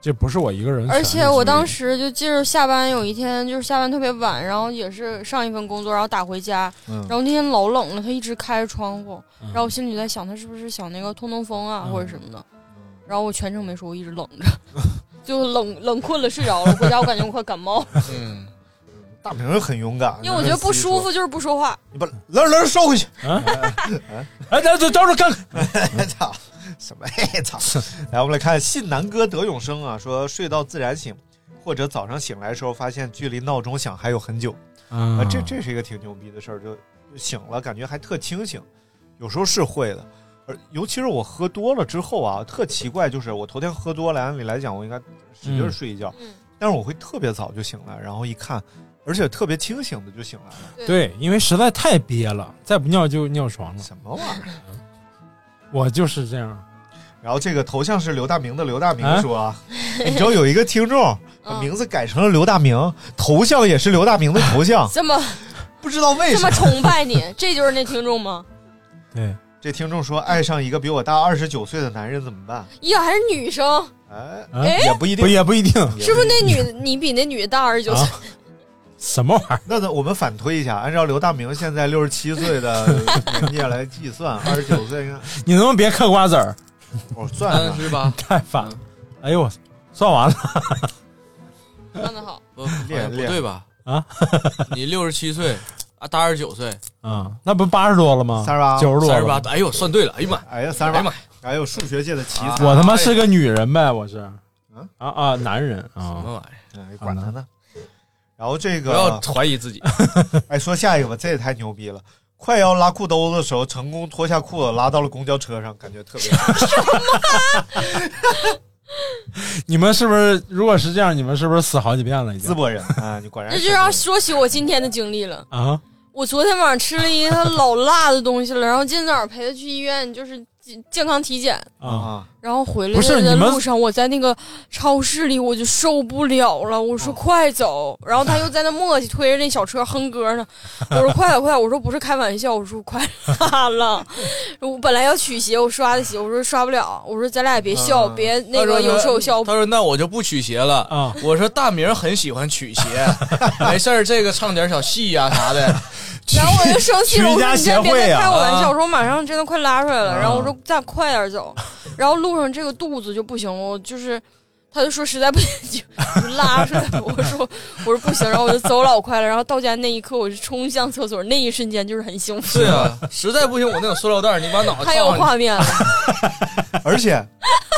J: 这不是我一个人选的，
K: 而且我当
J: 时
K: 时就记着下班有一天，就是下班特别晚，然后也是上一份工作，然后打回家，
H: 嗯
K: 然后那天老冷了，他一直开着窗户，
J: 嗯
K: 然后我心里就在想，他是不是想那个通通风啊
J: 嗯
K: 或者什么的，然后我全程没说，我一直冷着， *laughs* 就冷冷困了睡着了，回家我感觉我快
J: *laughs*
K: 感冒，
I: 嗯，
H: 大明儿很勇敢，
K: 因为我觉得不舒服就是不说话，
H: 你把来来收回去。
J: 啊，
H: 哎
J: *laughs* 哎，等等，等会儿看看，
H: *laughs* 操，什么哎呀？操！来，我们来看信南哥德永生啊，说睡到自然醒，或者早上醒来的时候发现距离闹钟响还有很久啊，
J: 嗯
H: 这这是一个挺牛逼的事儿，就就醒了，感觉还特清醒，有时候是会的。而尤其是我喝多了之后啊，特奇怪，就是我头天喝多了，按理来讲我应该使劲儿睡一觉，
K: 嗯
H: 但是我会特别早就醒来，然后一看，而且特别清醒的就醒来了，
J: 对，因为实在太憋了，再不尿就尿床了。
H: 什么玩意儿？
J: 我就是这样，
H: 然后这个头像是刘大明的刘大明
J: 啊
H: 说啊，你知道有一个听众把
K: 嗯
H: 名字改成了刘大明，头像也是刘大明的头
K: *laughs*，
H: 像
K: 这
J: *laughs*
K: 么
H: 不知道为
K: 这
H: 什
K: 么
H: 么。
K: 崇拜你，这就是那听众吗？
J: 对，
H: 这听众说爱上一个比我大二十九岁的男人怎么办？
K: 呀，还是女生，
H: 哎，
J: 啊
K: 哎
H: 也不一定
J: 不，也啊不一定，
K: 是不是那女你比那女的大二十九岁？
J: 什么玩意儿？
H: 那那我们反推一下，按照刘大明现在六十七岁的年纪来计
J: *laughs*
H: 算，二十九岁应该，
J: 你能不能别嗑瓜子儿？
H: 我算
I: 三
H: 了，
J: *laughs*
I: 十八，
J: 太烦了！哎呦，我算完了，
K: 干
J: *laughs*
K: 得好，
I: 不不
H: 练
I: 不
H: 练
I: 对吧？
J: 啊，
I: *laughs* 你六十七岁啊，大二十九岁，
J: 啊，那不八十多了吗？
H: 38
J: 九十多，
I: 三十八，。哎呦，算对了，哎呀妈呀，
H: 哎呀，三
I: 哎呀
H: 十
I: 妈
H: 八
I: 呀，，
H: 哎呦，数学界的奇才，
J: 我他妈是个女人呗，我是
H: 嗯。
J: 啊啊，男人
I: 什
J: 啊，
I: 么玩意儿？
H: 哎管他呢。
J: 嗯
H: 然后这
I: 不
H: 个
I: 要怀疑自己，
H: 哎，说下一个吧，这也太牛逼了！快要拉裤兜子的时候，成功脱下裤子拉到了公交车上，感觉特
K: *laughs*
H: 别好。
J: 你们是不是？如果是这样，你们是不是死好几遍了已
H: 淄
J: 经？
H: 博人啊，你果然
K: 这
H: 是
K: 就要说起我今天的经历了。
J: 啊，
K: 我昨天晚上吃了一个老辣的东西了，然后今天早上陪他去医院，就是健健康体检，
J: 啊，
H: 啊！
K: 然后回来
J: 不是
K: 的
J: 你们
K: 路上，我在那个超市里我就受不了了，我
J: 啊
K: 说快走，然后他又在那磨叽，推着那小车哼歌
J: *laughs*
K: 呢，我说快点快点，我说不是开玩笑，我说快拉了，我本来要取鞋，我刷的鞋，我说刷不了，我说咱俩也别笑，
H: 嗯
K: 别那个有说有笑，
I: 他说：“那我就不取鞋了。”
J: 啊
I: 我说：“大明很喜欢曲鞋， *laughs* 没事儿，这个唱点小戏呀、
J: *laughs*
I: 啥的。
K: *laughs* 然后我就生气了，我
J: 曲
K: 说
J: 家
K: 你这
J: 协
K: 别
J: 会
K: 再
J: 呀
K: 开我玩
I: 啊
K: 笑，我说我马上真的快拉出来了，然后我说咱快点走，然后路上这个肚子就不行了，我就是。他就说实在不行就就拉出来吧， *laughs* 我说我说不行，然后我就走老快了，然后到家那一刻我就冲向厕所，那一瞬间就是很幸”福
I: 对，啊，实在不行我那种塑料袋儿，你把脑袋
K: 太有
I: 套上
K: 画面了， *laughs*
H: 啊而且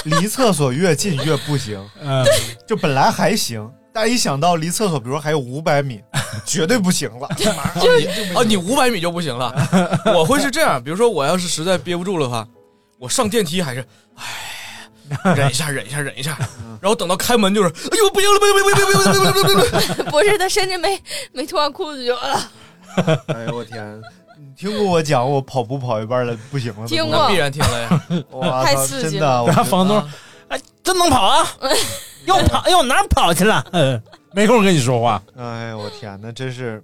H: 离厕所越近越不行，
J: 嗯，
H: 就本来还行，但一想到离厕所，比如还有五百米，绝对不行了。
I: 去。啊，你五百米就不行了。我会是这样，比如说我要是实在憋不住了的话，我上电梯还是唉，忍一下，忍一下，忍一下，然后等到开门就是，哎呦，不行了，不行，不行，不行，不行，不行，不行，不行，不行。
K: 不是他甚至没没脱完裤子就啊，
H: 哎呦我天！你听过我讲我跑步跑一半了不行了？
K: 听过
I: 那必然听了呀。
H: 哇，
K: 太
H: 操
K: 刺
H: 真
K: 激
H: 的，
K: 了
H: 我
J: 然
H: 觉
J: 后
H: 得
J: 房东，
K: 嗯
J: 哎，真能跑
K: *laughs*
J: 啊！又跑又哪儿跑去了？嗯，没空跟你说话。
H: 哎呦我天，那真是，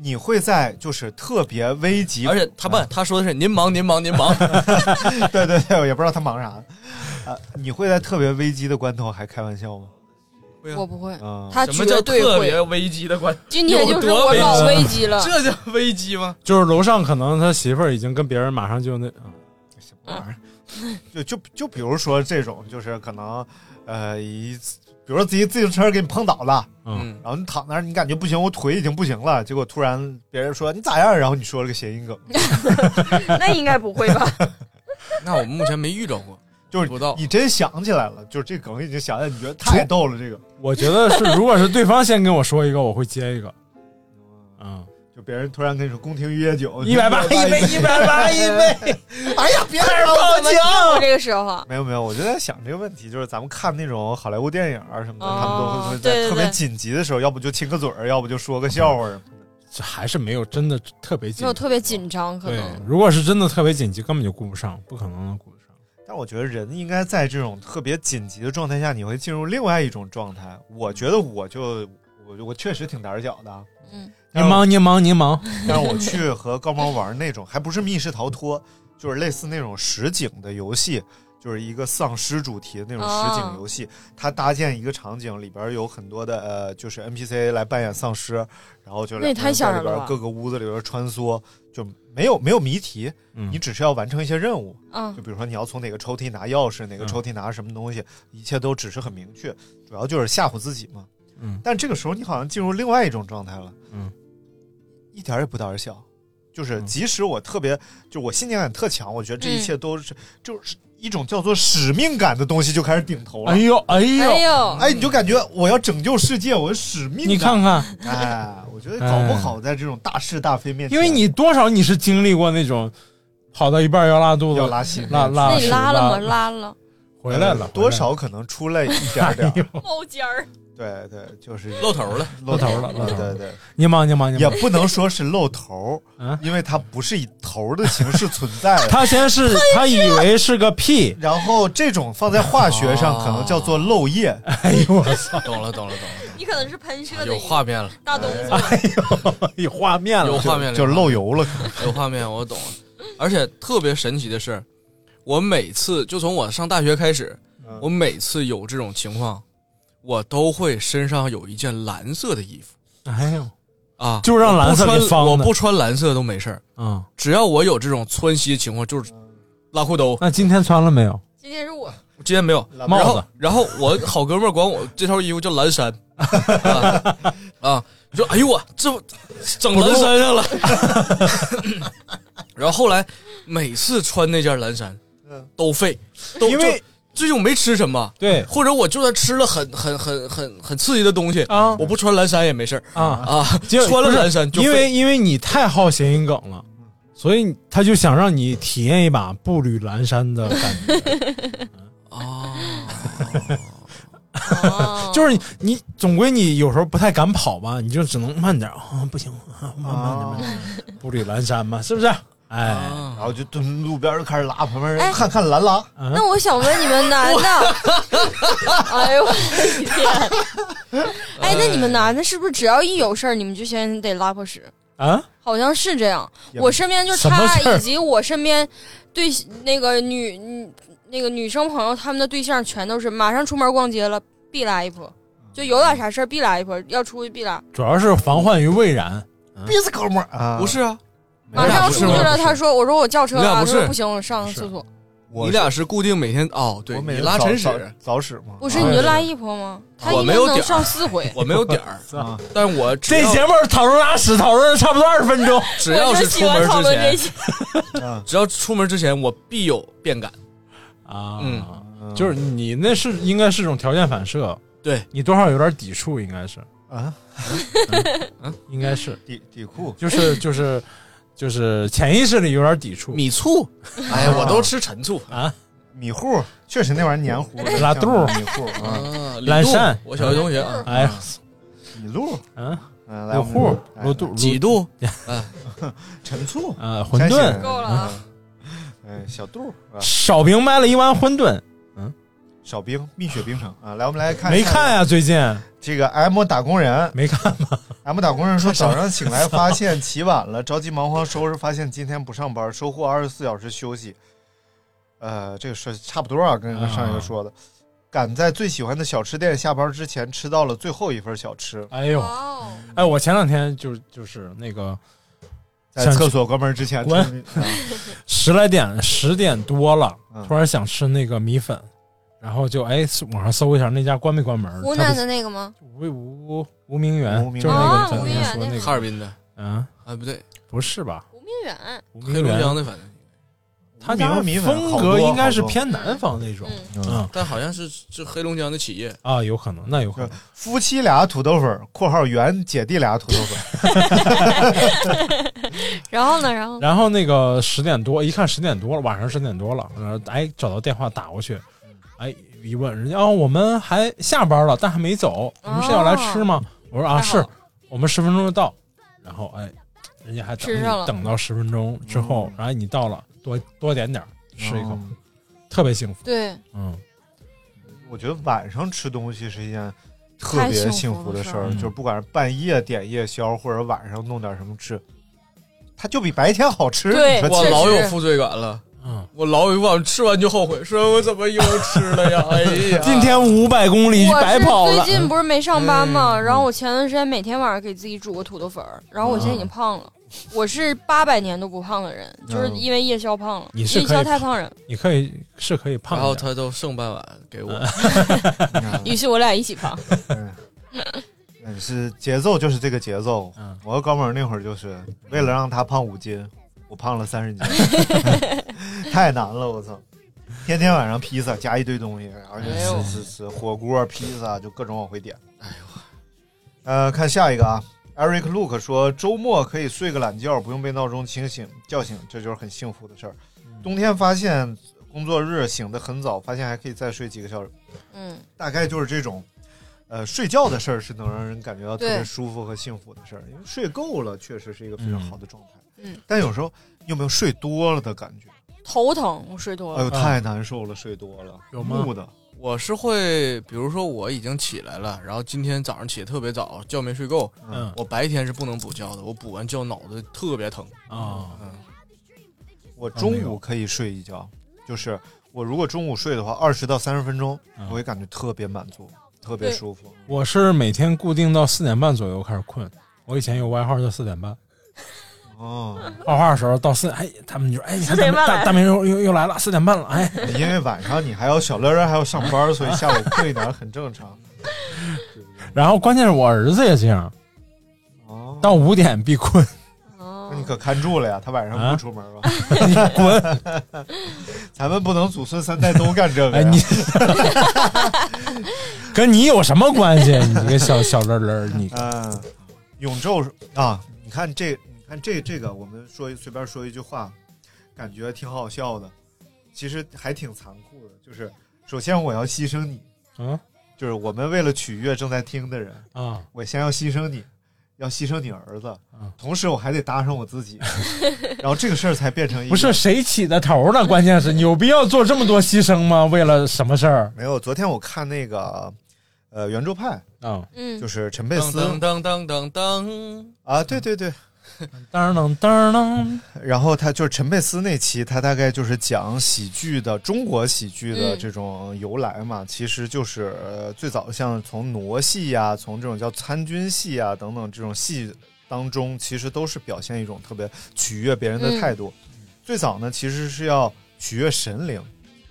H: 你会在就是特别危急
I: 而且他不，他说的是您忙，您忙，您忙。
H: *laughs* 对对对，我也不知道他忙啥。啊，你会在特别危机的关头还开玩笑吗？
K: 我不会，
H: 啊、
K: 他
I: 什么
K: 绝
I: 叫
K: 对
I: 特别
K: 会，
I: 危机的关？
K: 今天就是
I: 有多
K: 我
I: 危
K: 老
I: 机
K: 危机了，
I: 这叫危机吗？
J: 就是楼上可能他媳妇儿已经跟别人马上就那，
H: 什么玩意儿？就就就比如说这种，就是可能，呃，一比如说自己自行车给你碰倒了，
J: 嗯，
H: 然后你躺那儿，你感觉不行，我腿已经不行了，结果突然别人说你咋样，然后你说了个谐音梗，
K: 那应该不会吧？
I: 那我们目前没遇着过，
H: 就是
I: 不到
H: 你真想起来了，就是这梗已经想起来，你觉得太逗了，这个
J: 我觉得是，如果是对方先跟我说一个，我会接一个。 *laughs* 嗯，
H: 就别人突然跟你说宫廷玉液酒
J: 180一嗯杯180一
H: 杯，哎呀，别
K: 开始 *laughs* 报警！这个时候啊，
H: 没有没有，我就在想这个问题，就是咱们看那种好莱坞电影儿什么的，
K: 哦
H: 他们都会
K: 对对
H: 在特别
K: 对
H: 紧急的时候，要不就亲个嘴儿，要不就说个笑话什么的。
J: 这还是没有真的特别
K: 没
J: 紧
K: 有。特别紧张，可
J: 对
K: 能，
J: 如果是真的特别紧急，根本就顾不上，不可能能顾得上。
H: 但我觉得人应该在这种特别紧急的状态下，你会进入另外一种状态。我觉得我就我就我确实挺胆小的啊，
K: 嗯，
J: 您忙，您忙，您忙。
H: *laughs* 但是我去和高猫玩那种，还不是密室逃脱，就是类似那种实景的游戏，就是一个丧尸主题的那种实
K: 哦
H: 景游戏。它搭建一个场景，里边有很多的呃，就是 NPC 来扮演丧尸，然后就
K: 那也太吓人了
H: 两个人在里边
K: 吧
H: 各个屋子里边穿梭，就没有没有谜题，你只是要完成一些任务。
K: 嗯
H: 就比如说你要从哪个抽屉拿钥匙，哪
J: 嗯
H: 个抽屉拿什么东西，一切都只是很明确，主要就是吓唬自己嘛。
J: 嗯
H: 但这个时候你好像进入另外一种状态了，
J: 嗯，
H: 一点儿也不胆小，就是即使我特别，就我信念感特强，我觉得这一切都是、就是一种叫做使命感的东西就开始顶头了。
J: 哎呦，哎
K: 哎
J: 呦，
K: 呦，
H: 哎，你就感觉我要拯救世界，我有使命感。
J: 你看，看，
H: 哎，我觉得搞不好在这种大是大非面前，
J: 哎因为你多少你是经历过那种跑到一半要拉肚子，
H: 要拉稀
J: 拉拉
K: 那你
J: 屎
K: 拉了吗？拉了，
J: 回来了，哎
H: 多少可能出来一
J: *laughs*
H: 点点儿。
K: 冒尖儿，
H: 对对，就是
I: 露头了。
H: 露
J: 头了露头
H: 对
J: 了
H: 对。
J: 您忙，您忙，您
H: 也
J: 忙。
H: 不能说是露头
J: 嗯，
H: 因为它不是以头的形式存在的。
J: 他先
K: 哎
J: 是他以为是个
H: *laughs*
J: 屁，
H: 然后这种放在化学上可能叫做漏液，
J: 哎呦我操，
I: 懂了，懂了，懂了，
K: 你可能是喷射的
I: 有
K: 一
I: 画面了，
K: 大东西。
J: 有画面了，
I: 有画面了，
H: 就是漏油了。可能
I: 有画面，我懂了。而且特别神奇的是，我每次就从我上大学开始，我每次有这种情况，我都会身上有一件蓝色的衣服
J: 哎呦，
I: 啊，
J: 就让蓝色给
I: 我不穿
J: 方的
I: 我不穿蓝色都没事儿，
J: 嗯，
I: 只要我有这种窜稀的情况，就是拉裤兜。
J: 那今天穿了没有？
K: 今天是我，
I: 今天没有
J: 帽子
I: 然后然后我好哥们儿管我这套衣服叫蓝衫，啊啊，你说哎呦我这整蓝衫上了， *laughs* 然后后来每次穿那件蓝衫，都废，都
J: 嗯因为
I: 就最近我没吃什么，
J: 对
I: 或者我就算吃了很很很很很刺激的东西
J: 啊
I: 我不穿蓝衫也没事儿
J: 啊，
I: 啊，
J: 结果
I: *laughs* 穿了
J: 不是
I: 蓝 *laughs* 衫就
J: 因
I: 废
J: 为因为你太好谐音梗了，所以他就想让你体验一把步履蹒跚的感觉，
I: 啊，
K: 哦
J: *laughs* 就是你你总归你有时候不太敢跑吧，你就只能慢点啊，不行，啊慢慢点慢
K: 哦
J: 点，步履蹒跚嘛，是不是？哎，
H: 然后就蹲路边儿就开始拉，旁边
K: 哎
H: 人看看蓝拉，
K: 那我想问你们男的，哎呦我的天！ *laughs* 哎，那你们男的是不是只要一有事儿，你们就先得拉泡屎？
J: 啊，
K: 好像是这样。
H: 也
K: 我身边就是
J: 什么
K: 他
J: 事儿
K: 以及我身边对那个女嗯那个女生朋友他们的对象，全都是马上出门逛街了必拉一泼，就有点啥事儿必拉一泼，要出去必拉。
J: 主要是防患于未然，
H: 鼻子抠摸啊，
I: 不是啊，
K: 马上出去
I: 你俩
K: 了，
I: 不是吗
K: 他说：“我说我叫车啊
I: 你俩
K: 了。”他
I: 不是
K: 说：“不行，我上厕所。
H: 我
I: 你俩是固定每天哦，对
H: 我每
I: 你
H: 天
I: 拉
H: 早
I: 晨
H: 早
I: 屎，
H: 早屎吗”？
K: 不是，
H: 啊
K: 你就拉一泼吗？他
I: 我
K: 一
I: 没
K: 天
I: 有
K: 能
I: 点儿
K: 上四回。
I: *laughs* 我没有点儿，
H: 啊
I: 但我
J: *laughs*
I: 只
J: 这
I: 要
J: 节目讨论拉屎讨论了差不多二十分钟，
I: 只要
K: 我
I: 是
K: 就
I: 出
K: 喜欢
I: 门
K: 讨
I: 之
K: 论这
I: 前，
K: 些。
H: 啊
I: 只要出门之前，我必有变感。
J: 啊，
H: 嗯
J: 就是你那是应该是种条件反射，
I: 对
J: 你多少有点抵触，应该是，
H: 啊，
J: 应该是，
H: 底底裤，
J: 就是就是就是潜意识里有点抵触，
I: 米醋，
J: 嗯
I: 哎呀，我都吃陈醋
H: 米糊，确实那玩意儿黏糊的，
J: 拉肚儿
H: 像米糊啊，
I: 啊。
J: 懒散
I: 李杜我小学同学啊，
J: 哎呀，
H: 米露，
J: 嗯，
H: 嗯，来
J: 卤糊、
H: 露
J: 卤肚、
I: 几
J: 卤
I: 度？
H: 陈醋，
J: 呃馄
H: 山西
J: 饨
H: 人，
K: 够了啊！
H: 哎，小肚儿啊，
J: 少平卖了一碗馄饨，
H: 小冰，蜜雪冰城啊，来，我们来看一
J: 没看啊？最近
H: 这个 M 打工人
J: *laughs* 没看吗？
H: ，M 打工人说早
J: *laughs*
H: 上醒来发现起晚了，着急忙慌收拾，发现今天不上班，收获二十四小时休息。呃，这个是差不多啊，跟上一个说的，赶在最喜欢的小吃店下班之前吃到了最后一份小吃，
J: 哎
I: 嗯
J: 呦
K: 哇，哦，
J: 哎，我前两天就就是那个
H: 在
J: 想
H: 厕所关门之前
J: 滚
H: 吃啊
J: 十来点十点多了
H: 嗯，
J: 突然想吃那个米粉，然后就哎网上搜一下那家关没关
I: 哎
J: 门儿，
K: 湖南的那个吗？
J: 无无无名园
K: 无名
J: 就是那
K: 啊
J: 个咱
K: 无
J: 们
K: 名园
J: 说
K: 那
J: 那
K: 个
J: 个
I: 哈尔滨的，
J: 嗯，
I: 啊不对，
J: 不是吧？
K: 吴明远，
J: 无
I: 黑
J: 名
I: 龙
J: 园
I: 江的，反正
J: 他
I: 民
J: 家
I: 民粉
J: 风
I: 好
J: 格
I: 多
J: 应该是
I: 好多
J: 偏南方那种，嗯
I: 但好像是是黑龙江的企业，
J: 啊，有可能，那有
I: 嗯
J: 可能。
H: 夫妻俩土豆粉儿（括号原姐弟俩土豆粉
K: 然后呢？然后
J: 然后那个十点多，一看十点多了，晚上十点多了，然后哎找到电话打过去，哎一问人家哦，我们还下班了，但还没走，你们是要来吃
K: 哦
J: 吗？我说啊是，我们十分钟就到，然后哎人家还等
K: 吃上
J: 你
K: 了
J: 等到十分钟之后，
I: 嗯
J: 然后你到了多多点点儿吃一口，
I: 哦
H: 嗯
J: 特别幸福，
K: 对，
J: 嗯，）。
H: 我觉得晚上吃东西是一件特
K: 太
H: 别
K: 幸
H: 幸
K: 福
H: 福的
K: 的
H: 事
K: 事
H: 儿
K: 儿，
I: 嗯
H: 就是不管是半夜点夜宵，或者晚上弄点什么吃，它就比白天好吃。
K: 对
H: 你说
I: 我
H: 这
I: 老有负罪感了。
J: 嗯，
I: 我老有往吃完就后悔，说我怎么又吃了
J: *laughs*
I: 呀？哎呀，
J: 今天五百公里
K: 我
J: 白跑
K: 是
J: 了
K: 最，近不是没上班
I: 嗯
K: 嘛，然后我前段时间每天晚上给自己煮个土豆粉儿，然后我现
I: 嗯
K: 在已经胖了。我是八百年都不胖的人，就是
I: 嗯
K: 因为夜宵胖了，
J: 你是
K: 夜
J: 可以
K: 宵太胖人。
J: 你可以是可以胖
I: 然
J: 一
I: 后
J: 点，
I: 他都剩半碗给我，
J: 嗯
K: *laughs* 于是我俩一起胖。
H: 嗯是节奏就是这个节奏。我和高猛那会儿就是为了让他胖五斤，我胖了三十斤，太难了，我操！天天晚上披萨加一堆东西，然后就
I: 哎呦
H: 吃吃吃火锅、披萨，就各种往回点。哎呦，呃，看下一个啊，Eric Luke 说周末可以睡个懒觉，不用被闹钟清醒叫醒，这就是很幸福的事儿。冬天发现工作日醒得很早，发现还可以再睡几个小时，
K: 嗯，
H: 大概就是这种，呃，睡觉的事儿是能让人感觉到特别
K: 对
H: 舒服和幸福的事儿，因为睡够了确实是一个非常好的状态。
K: 嗯，
H: 但有时候你有没有睡多了的感觉？
K: 头疼，我睡多
H: 哎
K: 了
H: 呦，。太难受了，睡多了，
J: 有吗
H: 木的。
I: 我是会，比如说我已经起来了，然后今天早上起得特别早，觉没睡够，
J: 嗯
I: 我白天是不能补觉的，我补完觉脑子特别疼。
J: 啊，
H: 我中午可以睡一觉，就是我如果中午睡的话，二十到三十分钟，我会感觉特别满足，特别
K: 对
H: 舒服。
J: 我是每天固定到四点半左右开始困，我以前有外号叫四点半。
H: 哦，
J: 画画的时候到四，哎，他们就说，哎，你看
K: 四
J: 大
K: 点
J: 明
K: 半
J: 大
K: 来
J: 大明又又又来了，四点半了，
K: *laughs*
J: 哎，
H: 因为晚上你还有小乐乐，还要上班，所以下午 *laughs* 困一点很正常。
J: 然后关键是我儿子也这样，
H: 哦，
J: 到五点必
K: *laughs*
J: 困，
I: 呃
K: 哦
H: 那你可看住了呀，他晚上
J: 啊
H: 不出门吧？
J: 你滚，
H: 咱们不能祖孙三代都干这个
J: 哎
H: 呀。
K: *laughs*
J: 你跟你有什么关系？你这个小小乐乐，你
H: 嗯，永昼啊，你看这，你看这这个，我们说一随便说一句话，感觉挺好笑的，其实还挺残酷的。就是首先我要牺牲你，
J: 嗯
H: 就是我们为了取悦正在听的人，
J: *laughs* 啊，
H: 我先要牺牲你，要牺牲你儿子
J: 嗯，
H: 同时我还得搭上我
J: *laughs*
H: 自己，然后这个事儿才变成一个
J: 不是谁起的头呢？关键是你有必要做这么多牺牲吗？为了什么事儿
H: 没有。昨天我看那个呃圆桌派，
J: 啊？
K: 嗯
H: 就，是陈佩
I: 当
H: 斯
I: 当当当当当，
H: 啊，对对对，
J: 当当当当，
H: 然后他就是陈佩斯那期，他大概就是讲喜剧的中国喜剧的这种由来嘛，其实就是呃最早像从傩戏呀、从这种叫参军戏啊等等这种戏当中，其实都是表现一种特别取悦别人的态度。最早呢，其实是要取悦神灵，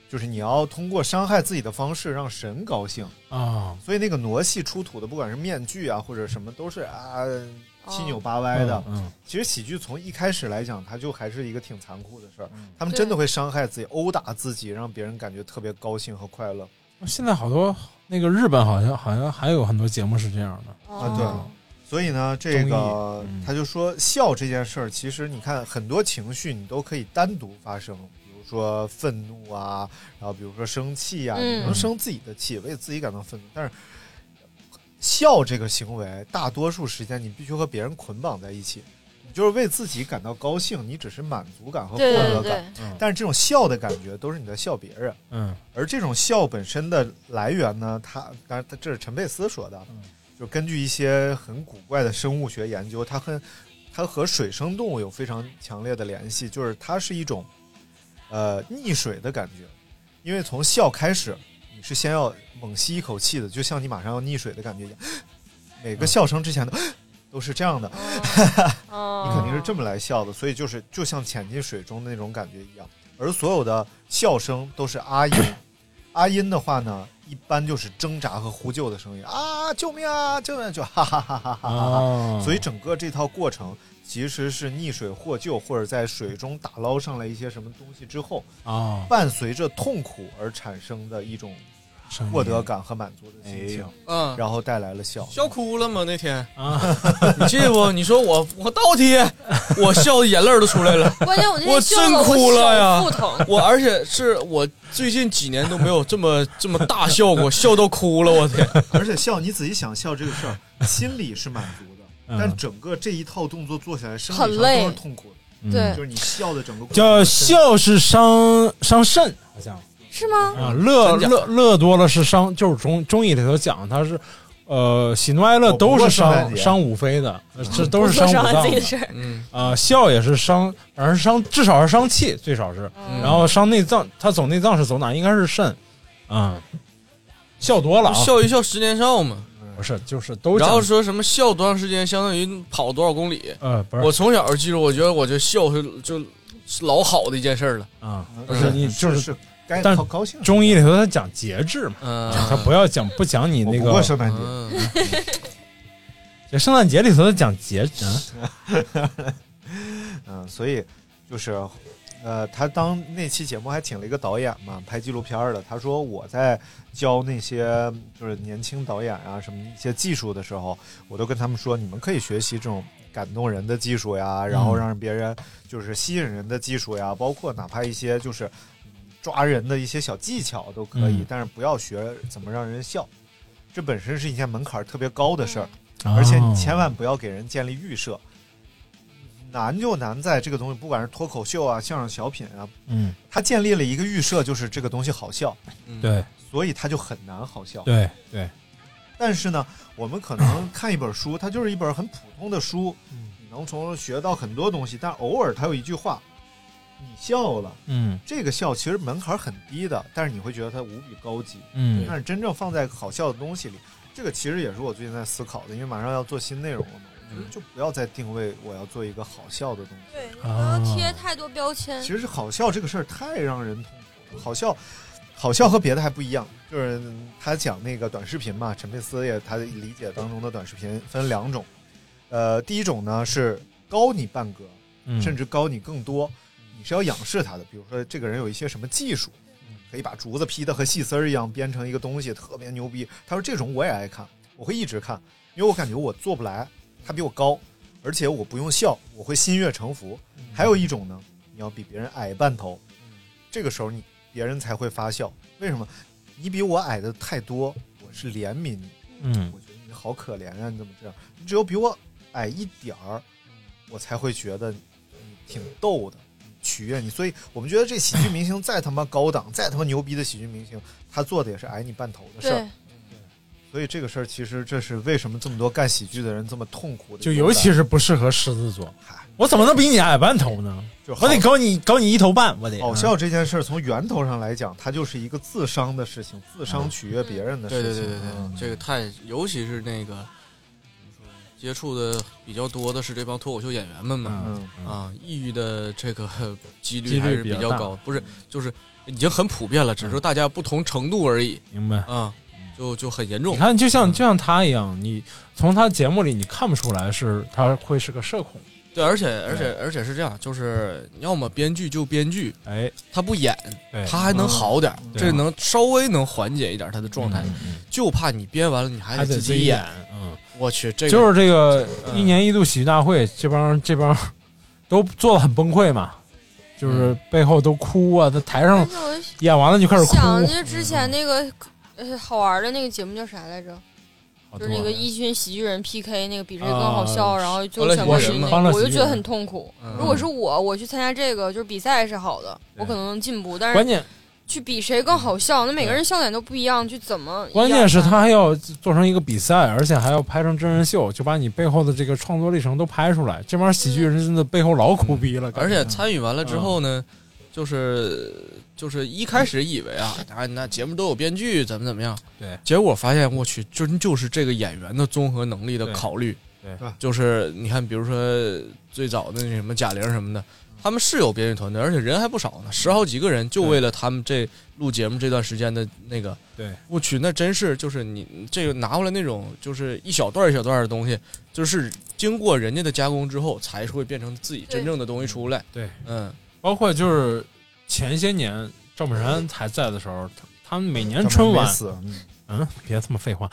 H: 就是你要通过伤害自己的方式让神高兴。
J: 啊，
H: 所以那个傩戏出土的，不管是面具啊或者什么，都是啊七
K: 哦
H: 扭八歪
J: 嗯
H: 的。
J: 嗯，
H: 其实喜剧从一开始来讲，它就还是一个挺残酷的事儿。
J: 嗯
H: 他们
K: 对
H: 真的会伤害自己、殴打自己，让别人感觉特别高兴和快乐。
J: 现在好多那个日本好像好像还有很多节目是这样的，
H: 啊对
K: 哦
H: 所以呢，这
J: 综
H: 个
J: 艺嗯
H: 他就说笑这件事儿，其实你看很多情绪你都可以单独发生，比如说愤怒啊，然后比如说生气啊，
K: 嗯
H: 你能生自己的气，为自己感到愤怒。但是笑这个行为，大多数时间你必须和别人捆绑在一起，你就是为自己感到高兴，你只是满足感和快
K: 对
H: 乐
K: 对对
H: 感。
K: 对，
H: 但是这种笑的感觉都是你在笑别人，
J: 嗯
H: 而这种笑本身的来源呢，它当然它这是陈佩斯说的，就根据一些很古怪的生物学研究，它和它和水生动物有非常强烈的联系，就是它是一种呃溺水的感觉，因为从笑开始，你是先要猛吸一口气的，就像你马上要溺水的感觉一样，每个笑声之前的都是这样的，
K: 哦，
H: 你肯定是这么来笑的，所以就是就像潜进水中的那种感觉一样。而所有的笑声都是啊音，阿音的话呢，一般就是挣扎和呼救的声音啊，救命啊，救命啊！就哈哈哈哈哈哈。
J: 哦
H: 所以整个这套过程其实是溺水获救，或者在水中打捞上来一些什么东西之后，
J: 啊，
H: 伴随着痛苦而产生的一种
J: 声音哎
H: 获得感和满足的心情，
I: 嗯
H: 然后带来了笑。
I: 笑哭了吗？那天
J: 啊，
I: *laughs* 你记不？你说我我倒
J: *laughs*
I: 贴，我笑的眼泪儿都出来了。
K: 关键我那天笑
I: 真
K: 得我
I: 哭了呀
K: 手腹疼！
H: *laughs*
I: 我而且是我最近几年都没有这么这么大笑过，笑到哭了，我天！
H: *laughs* 而且笑，你仔细想笑这个
J: *laughs*
H: 事儿，心里是满足的，
J: 嗯
H: 但整个这一套动作做起来，身体
K: 很
H: 上
K: 累
H: 都是痛苦的。
J: 嗯对
H: 就是你笑的整个过程
J: 叫笑是伤伤肾，好像
K: 是吗？
J: 啊，乐
I: 真假
J: 乐乐多了是伤，就是中中医里头讲它是，呃，喜怒哀乐都是
H: 我不过圣诞
J: 伤
H: 节
J: 伤五非的，呃这都
K: 不
J: 是
K: 说
J: 伤五
K: 伤害
J: 脏
K: 自己的
J: 的
K: 事儿，
I: 嗯，
J: 啊，笑也是伤，反正是伤至少是伤气，最少是，
I: 嗯
J: 然后伤内脏，它走内脏是走哪？应该是肾，啊，笑多了啊，
I: 笑一笑十年少嘛。
J: 不是就是都
I: 然
J: 讲
I: 后说什么笑多长时间，相当于跑多少公里。
J: 呃不是
I: 我从小记住，我觉得我这笑是就老好的一件事儿了。
J: 啊，不
H: 不
J: 是你就是是
H: 是该
J: 但
H: 高高兴。
J: 中医里头它讲节制嘛，
I: 嗯，
J: 它不要讲不讲你
H: 我
J: 那
H: 不过
J: 个
H: 圣诞节，
I: 嗯
J: 这圣诞节里头它讲节制，嗯
H: *laughs* 嗯，所以就是，呃，他当那期节目还请了一个导演嘛，拍纪录片儿的。他说我在教那些就是年轻导演啊什么一些技术的时候，我都跟他们说，你们可以学习这种感动人的技术呀，然后让别人就是吸引人的技术呀，包括哪怕一些就是嗯抓人的一些小技巧都可以，
J: 嗯
H: 但是不要学怎么让人笑。这本身是一件门槛儿特别高 *laughs*
K: 嗯
H: 的事儿，
J: 啊
H: 而且你千万不要给人建立预设。难就难在这个东西，不管是脱口秀啊、相声小品啊，
J: 嗯
H: 它建立了一个预设，就是这个东西好笑，
J: 对
H: 所以它就很难好笑。
J: 对对，
H: 但是呢，我们可能看一本书，它就是一本很普通的书，你能从中学到很多东西，但偶尔它有一句话，你笑了，
J: 嗯
H: 这个笑其实门槛很低的，但是你会觉得它无比高级。
J: 嗯
H: 但是真正放在好笑的东西里，这个其实也是我最近在思考的，因为马上要做新内容了嘛，我觉得就不要再定位我要做一个好笑的东西。
K: 对，你不
J: 啊
K: 要贴太多标签
H: 其。实是好笑这个事儿太让人痛苦了，好笑。好笑和别的还不一样，就是他讲那个短视频嘛，陈佩斯也他理解当中的短视频分两种，呃，第一种呢是高你半格，
J: 嗯，
H: 甚至高你更多，你是要仰视他的。比如说，这个人有一些什么技术，可以把竹子劈得和细丝儿一样，编成一个东西特别牛逼。他说这种我也爱看，我会一直看，因为我感觉我做不来，他比我高，而且我不用笑，我会心悦诚服。还有一种呢，你要比别人矮半头，这个时候你别人才会发笑。为什么？你比我矮的太多，我是怜悯你。
J: 嗯
H: 我觉得你好可怜啊呀、你怎么这样？你只有比我矮一点儿，我才会觉得你挺逗的，取悦你。所以我们觉得这喜剧明星再他妈高档，再他妈牛逼的喜剧明星，他做的也是矮你半头的事儿
K: 对。，
H: 所以这个事儿其实这是为什么这么多干喜剧的人这么痛苦的一
J: 就
H: 个原因，
J: 尤其是不适合狮子座
H: 嗨，
J: 我怎么能比你矮半头呢？
H: 就好
J: 我得高你高你一头半，我得
H: 好笑这件事儿，从源头上来讲，它就是一个自伤的事情，自伤取悦别人的
I: 对
H: 事情。
J: 嗯
H: 嗯
I: 对对对
J: 啊
I: 对，这个太，尤其是那个接触的比较多的是这帮脱口秀演员们嘛，
H: 嗯，
I: 啊，抑郁的这个 *laughs* 呵几
J: 几
I: 率
J: 率
I: 还是
J: 比
I: 比
J: 较
I: 较
J: 大嗯
I: 高，不是，就是已经很普遍了，只是说大家不同程度而已
J: 明白。
I: 啊，就就很严重
J: 嗯你。看，就像就像他一样，你从他节目里你看不出来是他会是个社恐，
I: 对，而且而且而且是这样，就是要么编剧就编剧，
J: 哎，
I: 他不演，
J: 对，嗯
I: 他还能好点儿，
J: 对啊
I: 这能稍微能缓解一点他的状态
J: 嗯，嗯
I: 就怕你编完了你还
J: 还得
I: 自
J: 自
I: 己
J: 演
I: 演，，
J: 嗯，
I: 我去，这个
J: 就是这个
I: 嗯
J: 一年一度喜剧大会，这帮这帮都做的很崩溃嘛，就是背后都哭啊，在台上
K: 但是我
J: 演完了就开始哭，
K: 哎
J: 嗯
K: 想就之前那个呃好玩的那个节目叫啥来
H: 啊
K: 着？
J: 好
K: 就
J: 多
K: 是那个
J: 啊
K: 一群喜剧人 PK，那个比谁
J: 啊
K: 更好笑，然后
I: 欢
K: 就
I: 乐
K: 全
I: 喜剧
K: 国
I: 人
K: 是
I: 嘛
K: 那
J: 欢乐
K: 个，
J: 喜
K: 我就
J: 剧
K: 觉得
J: 人
K: 很痛苦。
I: 嗯
K: 如果是我，我去参加这个，就是比赛是好的，我
J: 对
K: 可能能进步，但
J: 关
K: 是
J: 键
K: 去比谁更好笑，那每个人笑点都不一样，去怎么？
J: 关键是他还要做成一个比赛，而且还要拍成真人秀，就把你背后的这个创作历程都拍出来。这帮喜剧人真的背后老苦逼了，感
I: 而
J: 觉嗯
I: 且参与完了之后呢，就是就是一开始以为啊，啊那节目都有编剧，怎么怎么样？
J: 对，
I: 结果发现我去，真就是这个演员的综合能力的考虑，
J: 对
I: 就是你看，比如说最早的那什么贾玲什么的，他们是有编剧团队，而且人还不少呢，十好几个人，就为了他们这录节目这段时间的那个，
J: 对，
I: 我去，那真是就是你这个拿回来那种，就是一小段一小段的东西，就是经过人家的加工之后，才会变成自己真正的东西出来。
J: 对，
I: 嗯，
J: 包括就是前些年赵本山还在的时候，他他们每年
H: 赵本山
J: 春晚
H: 没死，啊
J: 嗯，别这么废话，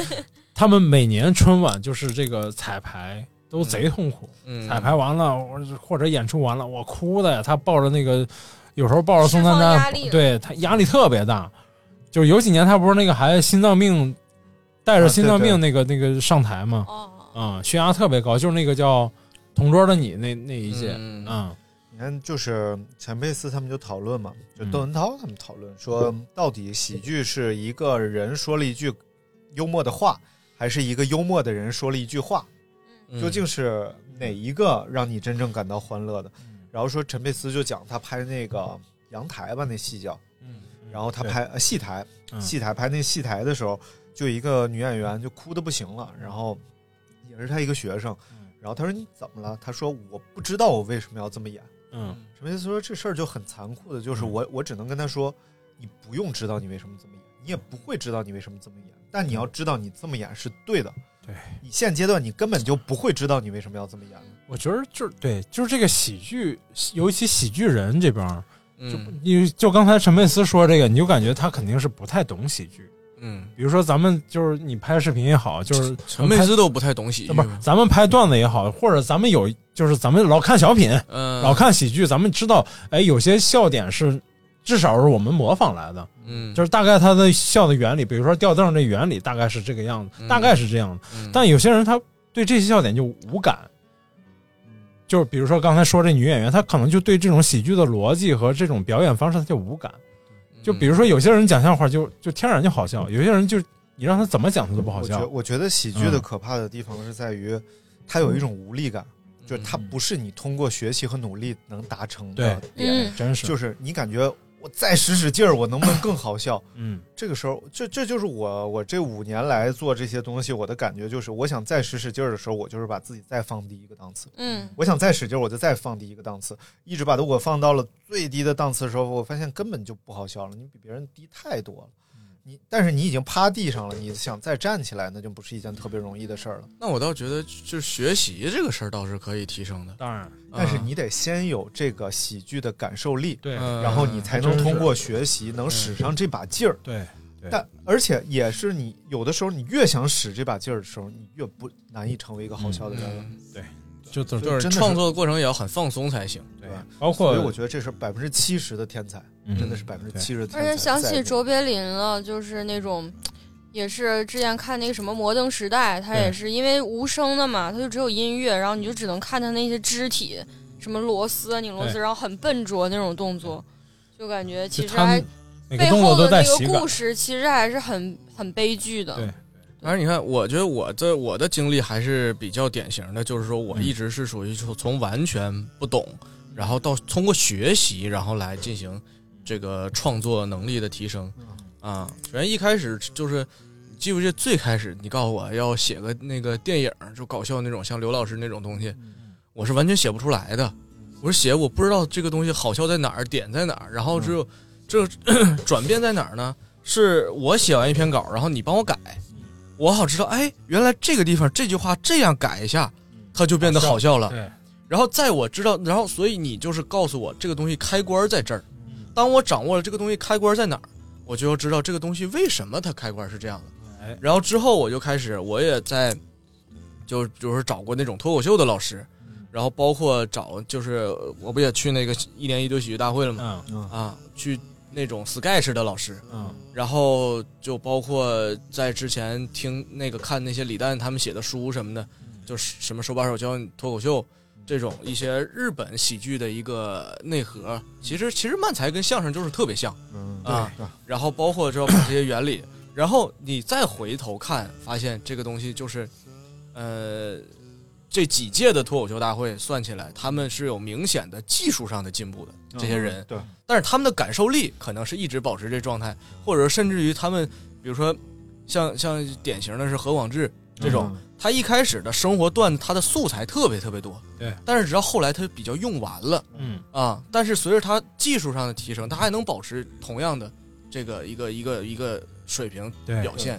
J: *laughs* 他们每年春晚就是这个彩排都贼痛苦，
I: 嗯
J: 彩排完了或者或者演出完了，我哭的呀，他抱着那个有时候抱着宋丹
K: 释放压力
J: 丹，
K: 了
J: 对他压力特别大，就有几年他不是那个还心脏病，带着
H: 啊
J: 心脏
H: 对对
J: 病那个、那个上台嘛，
K: 哦
J: 嗯，血压特别高，就是那个叫《同桌的你》那那一届，
H: 嗯
J: 嗯
H: 你看，就是陈佩斯他们就讨论嘛，就窦文涛他们讨论说，到底喜剧是一个人说了一句幽默的话，还是一个幽默的人说了一句话？
I: 嗯
H: 究竟是哪一个让你真正感到欢乐的？然后说陈佩斯就讲他拍那个阳台吧，那戏叫，然后他拍呃戏台，
J: 嗯
H: 戏台拍那戏台的时候，就一个女演员就哭的不行了，然后也是他一个学生，然后他说你怎么了？他说我不知道我为什么要这么演。
J: 嗯
H: 陈佩斯说这事儿就很残酷的，就是我我只能跟他说，你不用知道你为什么这么演，你也不会知道你为什么这么演，但你要知道你这么演是对的。
J: 嗯对
H: 你现阶段你根本就不会知道你为什么要这么演。
J: 我觉得就是对，就是这个喜剧，尤其喜剧人这边儿，
I: 嗯
J: 就你就刚才陈佩斯说这个，你就感觉他肯定是不太懂喜剧。
I: 嗯，
J: 比如说咱们就是你拍视频也好，就是
I: 陈佩斯都不太懂喜剧
J: 呃不是咱们拍段子也好，或者咱们有就是咱们老看小品，
I: 嗯
J: 老看喜剧，咱们知道，哎，有些笑点是至少是我们模仿来的，
I: 嗯
J: 就是大概他的笑的原理，比如说吊凳这原理大概是这个样子，
I: 嗯
J: 大概是这样的。
I: 嗯
J: 但有些人他对这些笑点就无感，就是比如说刚才说这女演员，她可能就对这种喜剧的逻辑和这种表演方式她就无感。就比如说有些人讲笑话就就天然就好笑，有些人就你让他怎么讲他都不好
H: 我觉
J: 笑。嗯
H: 我觉得喜剧的可怕的地方是在于，它有一种无力感，
I: 嗯
H: 就是它不是你通过学习和努力能达成的
J: 嗯对
H: 点，
J: 嗯真是
H: 就是你感觉我再使使劲儿，我能不能更好笑？
J: 嗯，
H: 这个时候，这这就是我我这五年来做这些东西，我的感觉就是，我想再使使劲儿的时候，我就是把自己再放低一个档次。
K: 嗯
H: 我想再使劲儿，我就再放低一个档次，一直把我放到了最低的档次的时候，我发现根本就不好笑了，你比别人低太多了。你但是你已经趴地上了，你想再站起来，那就不是一件特别容易的事儿了。
I: 那我倒觉得，就是学习这个事儿倒是可以提升的。
J: 当然，
H: 但是你得先有这个喜剧的感受力，
J: 对
H: 呃然后你才能通过学习能使上这把劲儿。
J: 对，
H: 但而且也是你有的时候，你越想使这把劲儿的时候，你越不难以成为一个好笑
I: 嗯
H: 的人了。
J: 对，就就
I: 就是创作的过程也要很放松才行。
J: 对，包括
H: 所以我觉得这是百分之七十的天才，
J: 嗯
H: 真的是百分之七十的天
K: 而
H: 才。
K: 且想
H: 在
K: 起
H: 于
K: 卓别林了，就是那种，也是之前看那个什么《摩登时代》，他也
J: 对
K: 是因为无声的嘛，他就只有音乐，然后你就只能看他那些肢体，什么螺丝啊拧螺丝，
J: 对
K: 然后很笨拙那种动作，就感觉其实
J: 他
K: 还
J: 每个
K: 背
J: 动作
K: 后
J: 都
K: 的
J: 带
K: 那
J: 喜
K: 个
J: 感
K: 故。事其实还是很很悲剧的。
J: 对嗯
I: 但是你看，我觉得我这我的经历还是比较典型的，就是说我一直是属于从从完全不懂，然后到通过学习，然后来进行这个创作能力的提升。啊，反正一开始就是，你记不记得最开始你告诉我要写个那个电影，就搞笑那种，像刘老师那种东西，我是完全写不出来的。我是写我不知道这个东西好笑在哪儿，点在哪儿，然后只有这 *coughs* 转变在哪儿呢？是我写完一篇稿，然后你帮我改，我好知道，哎，原来这个地方这句话这样改一下，它就变得好笑了。
J: 对，
I: 然后在我知道，然后所以你就是告诉我这个东西开关在这儿。当我掌握了这个东西开关在哪儿，我就要知道这个东西为什么它开关是这样
J: 哎
I: 的。然后之后我就开始，我也在就就是找过那种脱口秀的老师，然后包括找就是我不也去那个一年一度喜剧大会了吗？啊，去那种 sketch 的老师，
J: 嗯，
I: 然后就包括在之前听那个看那些李诞他们写的书什么的，就是什么手把手教你脱口秀这种一些日本喜剧的一个内核。其实其实漫才跟相声就是特别像，
H: 嗯
I: 啊
H: 对对，
I: 然后包括就要把这些原理，然后你再回头看，发现这个东西就是，呃，这几届的脱口秀大会算起来，他们是有明显的技术上的进步的。这些人，
H: 对，
I: 但是他们的感受力可能是一直保持这状态，或者甚至于他们，比如说像像典型的是何广智，这种。他一开始的生活段，他的素材特别特别多，
J: 对
I: 但是直到后来他比较用完了，
J: 嗯
I: 啊，但是随着他技术上的提升，他还能保持同样的这个一个一个一个水平
H: 对
I: 表现。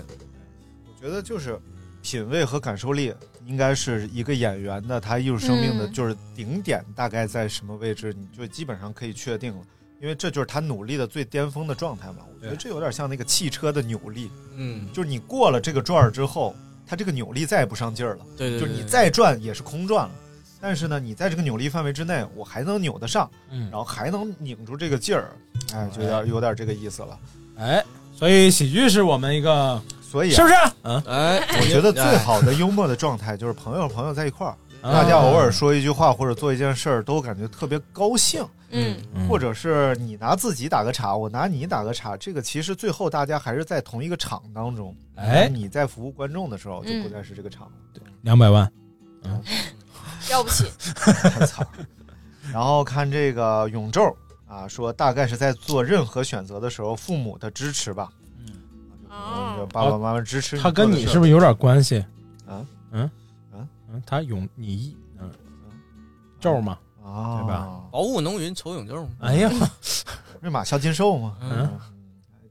H: 我觉得就是
I: 嗯
H: 品味和感受力应该是一个演员的他艺术生命的
J: 嗯
H: 就是顶点，大概在什么位置，你就基本上可以确定了，因为这就是他努力的最巅峰的状态嘛。我觉得
J: 对
H: 这有点像那个汽车的扭力，
I: 嗯，
H: 就是你过了这个转儿之后，它这个扭力再也不上劲儿了，
I: 对对对
H: 就是你再转也是空转了。但是呢，你在这个扭力范围之内，我还能扭得上，
J: 嗯
H: 然后还能拧住这个劲儿，哎，就有点有点这个意思了。
J: 哎，所以喜剧是我们一个，
H: 所以啊
J: 是不是？嗯，
I: 哎啊
H: 我觉得最好的幽默的状态就是朋友朋友在一块儿，
J: 哎
H: 大家偶尔说一句话或者做一件事儿，都感觉特别高兴。
K: 嗯，
H: 或者是你拿自己打个岔，我拿你打个岔，这个其实最后大家还是在同一个场当中。
J: 哎
H: 你在服务观众的时候就不
J: 嗯
H: 再是这个场了。
J: 两百万，
K: 要
J: *laughs*
K: 不起。
H: *laughs* 然后看这个永昼啊，说大概是在做任何选择的时候，父母的支持吧。嗯，就爸爸妈妈支持你
J: 他跟
H: 做的
J: 你
H: 事儿
J: 是不是有点关系？
H: 啊？
J: 嗯
H: 啊
J: 嗯，他永你一嗯咒嘛，
H: 啊，
J: 对吧？哦
I: 薄雾浓云愁永昼。
J: 哎呀，
H: 嗯瑞马孝金兽吗？
J: 嗯，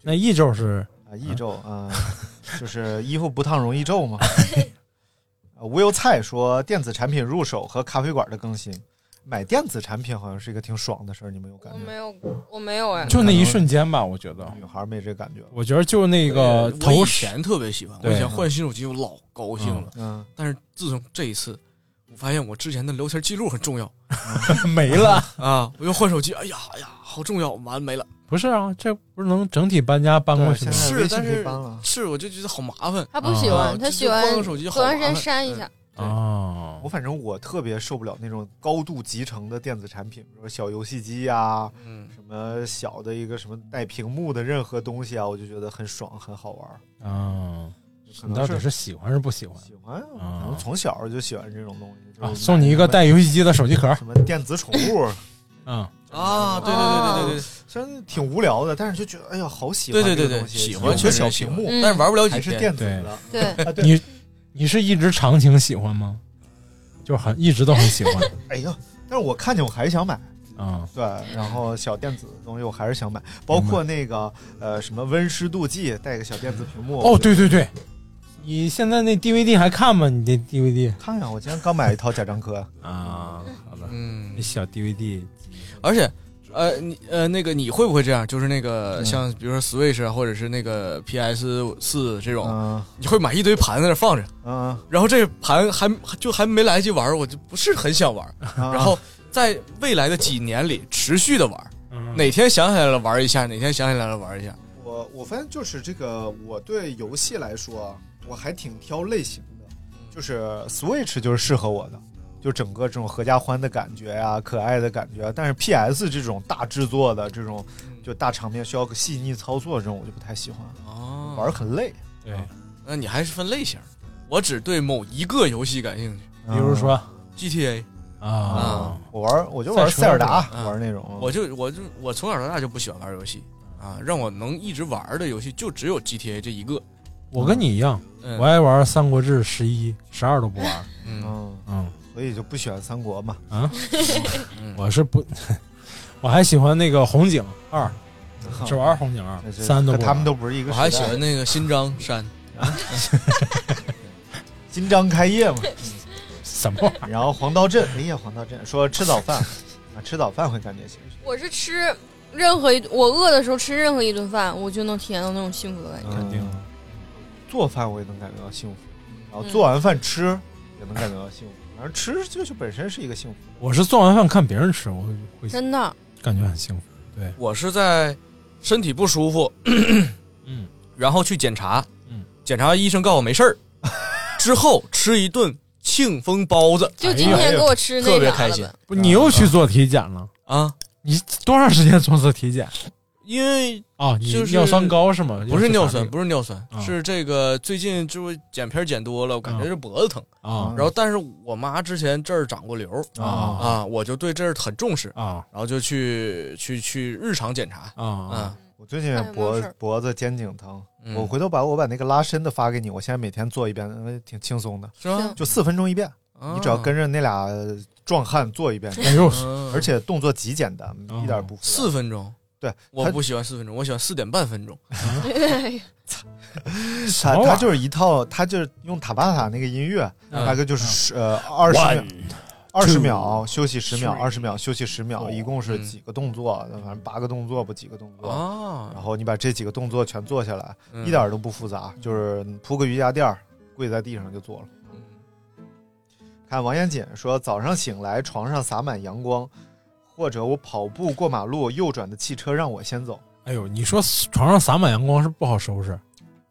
J: 那一咒是
H: 啊，益咒啊，就是衣服不烫容易皱嘛。啊无忧菜说，电子产品入手和咖啡馆的更新，买电子产品好像是一个挺爽的事儿，你们有感
K: 我
H: 觉？
K: 没有，我没有哎。
J: 就那一瞬间吧，我觉得
H: 女孩没这感觉。
J: 我觉得就那个
I: 哎我
J: 头
I: 以
J: 饰
I: 前特别喜欢，我
J: 对
I: 以前换新手机我老高兴了，
H: 嗯，
I: 但是自从这一次，我发现我之前的聊天记录很重要，
J: *laughs* 没了。
I: 啊，我又换手机，哎呀哎呀，好重要，完没了。
J: 不是啊，这不是能整体搬家搬过去吗？
I: 是，但是是，我就觉得好麻烦。
K: 他不喜欢，
I: 啊
K: 他
I: 就
K: 喜
I: 就
K: 欢
I: 换个手机好
K: 隔
I: 麻
K: 段
I: 烦，
K: 时间删
J: 嗯
K: 一下。
J: 哦，
H: 我反正我特别受不了那种高度集成的电子产品，比如说小游戏机啊，
I: 嗯，
H: 什么小的一个什么带屏幕的任何东西啊，我就觉得很爽，很好玩儿。
J: 啊，
H: 可
J: 你到
H: 能
J: 底
H: 是
J: 是喜欢是不喜欢？喜
H: 欢可能从小就喜欢这种东西。
J: 啊，
H: 就是
J: 送你一个带游戏机的手机壳，
H: 什么电子宠物，
J: 嗯，
I: 啊，对对对对对对，
H: 虽然挺无聊的，但是就觉得哎呀，好喜欢
I: 对对
H: 这
I: 对
H: 个
I: 对，
H: 东西，
I: 喜
H: 有
I: 欢
H: 个
I: 确实
H: 小
I: 喜
H: 屏
I: 欢嗯
H: 幕，
I: 但是玩不了几
H: 还
I: 天，
H: 是电子的。啊对，
J: 你你是一直长情喜欢吗？就很一直都很喜欢
H: 哎呀，但是我看见我还是想买。
J: 啊，
H: 对，然后小电子的东西我还是想买，包括那个呃什么温湿度计，带个小电子屏幕。
J: 哦，
H: 我觉
J: 对对
H: 得
J: 对，你现在那 DVD 还看吗？你那 DVD
H: 看呀，我今天刚买一套贾樟柯
J: 啊，好的，
I: 嗯，
J: 那小 DVD
I: 而且。呃，你呃，那个你会不会这样？就是那个
J: 嗯
I: 像比如说 Switch 啊，或者是那个 PS 四
J: 哦
I: 这
H: 种，
I: 你会买一堆盘在那放着，
H: 嗯，
I: 然后这盘还就还没来得及玩，我就不是很想玩，
H: 嗯啊
I: 然后在未来的几年里持续的玩，哪天想起来了玩一下，哪天想起来了玩一下，
H: 我我发现就是这个，我对游戏来说，我还挺挑类型的，就是 Switch 就是适合我的，就整个这种合家欢的感觉呀、可爱的感觉啊。但是 PS 这种大制作的这种，就大场面需要个细腻操作这种，我就不太喜欢，
I: 哦
H: 玩儿很累。
J: 对，
I: 那你还是分类型，我只对某一个游戏感兴趣，
J: 比如说
I: 啊 GTA
J: 啊，
H: 我玩我就玩
I: 赛车
H: 塞尔达
I: 那，种
H: 玩那种。
I: 啊我就我就我从小到大就不喜欢玩游戏啊，让我能一直玩的游戏就只有 GTA 这一个。
J: 我跟你一样
I: 嗯，
J: 我爱玩《三国志》十一、十二都不玩，
H: 嗯
J: 嗯，
H: 所以就不喜欢三国嘛。
J: 啊，我是不， *laughs* 我还喜欢那个红警二，
I: 嗯
J: 只玩红警二，三都不玩
H: 他们都不是一个
I: 我
H: 时代的。
I: 还喜欢那个新章山，
H: 新章开业嘛，
I: *laughs*
J: 什么玩意
H: 儿？然后黄道镇，哎呀，黄道镇说吃早饭啊，吃早饭会感觉兴奋。
K: 我是吃任何一我饿的时候吃任何一顿饭，我就能体验到那种幸福的
I: 嗯
K: 感觉。
H: 肯定，做饭我也能感觉到幸福，
I: 嗯
H: 然后做完饭吃也能感觉到幸福。反正吃就是本身是一个幸福。
J: 我是做完饭看别人吃，我会
K: 真的，
J: 感觉很幸福。对，
I: 我是在身体不舒服，
J: 嗯，
I: 然后去检查，
J: 嗯，
I: 检查医生告诉我没事儿，之后吃一顿庆丰包子，
J: 哎
K: 就今天给我吃那
I: 特别
K: 啥
I: 开
K: 了
I: 心
K: 呗。
J: 不，你又去做体检了
I: 啊？
J: 你多长时间做次体检？
I: 因为
J: 啊你
I: 就是
J: 尿酸高是
H: 啊
J: 吗
I: 不是尿酸，
J: 要去查这个
I: 不是尿酸，
J: 啊
I: 是这个最近就是剪片剪多了，我感觉是嗯脖子疼
J: 啊
I: 然后，但是我妈之前这儿长过瘤
J: 啊
I: 啊，我就对这儿很重视
J: 啊，
I: 然后就去去去日常检查
J: 啊，
H: 我最近
K: 哎没有
H: 脖
K: 事儿
H: 脖子肩颈疼，
I: 嗯
H: 我回头把我把那个拉伸的发给你，我现在每天做一遍，呃挺轻松的，
I: 是吗
H: 就四分钟一遍，
I: 啊
H: 你只要跟着那俩壮汉做一遍，
I: 哎呦
H: 而且动作极简单，一点不复杂
I: 四分钟，
H: 对，
I: 哦我
H: 它
I: 不喜欢四分钟，我喜欢四点半分钟。
K: *laughs* 哎
H: 他
I: 玩意
H: 他
I: 儿
H: 就是一套，他就是用塔巴塔那个音乐，
I: 嗯
H: 大概就是十呃二十秒
I: One,，
H: *laughs* 二十
I: two,
H: 秒休息十秒，
I: three 嗯
H: 二十秒休息十秒，一共是几个动作？反正八个动作不几个动作。
I: 哦
H: 然后你把这几个动作全做下来，
I: 嗯
H: 啊一点儿都不复杂，就是铺个瑜伽垫儿，跪在地上就做了。看王彦锦说，早上醒来床上洒满阳光，或者我跑步过马路，右转的汽车让我先走。
J: 哎呦，你说床上洒满阳光是不好收拾，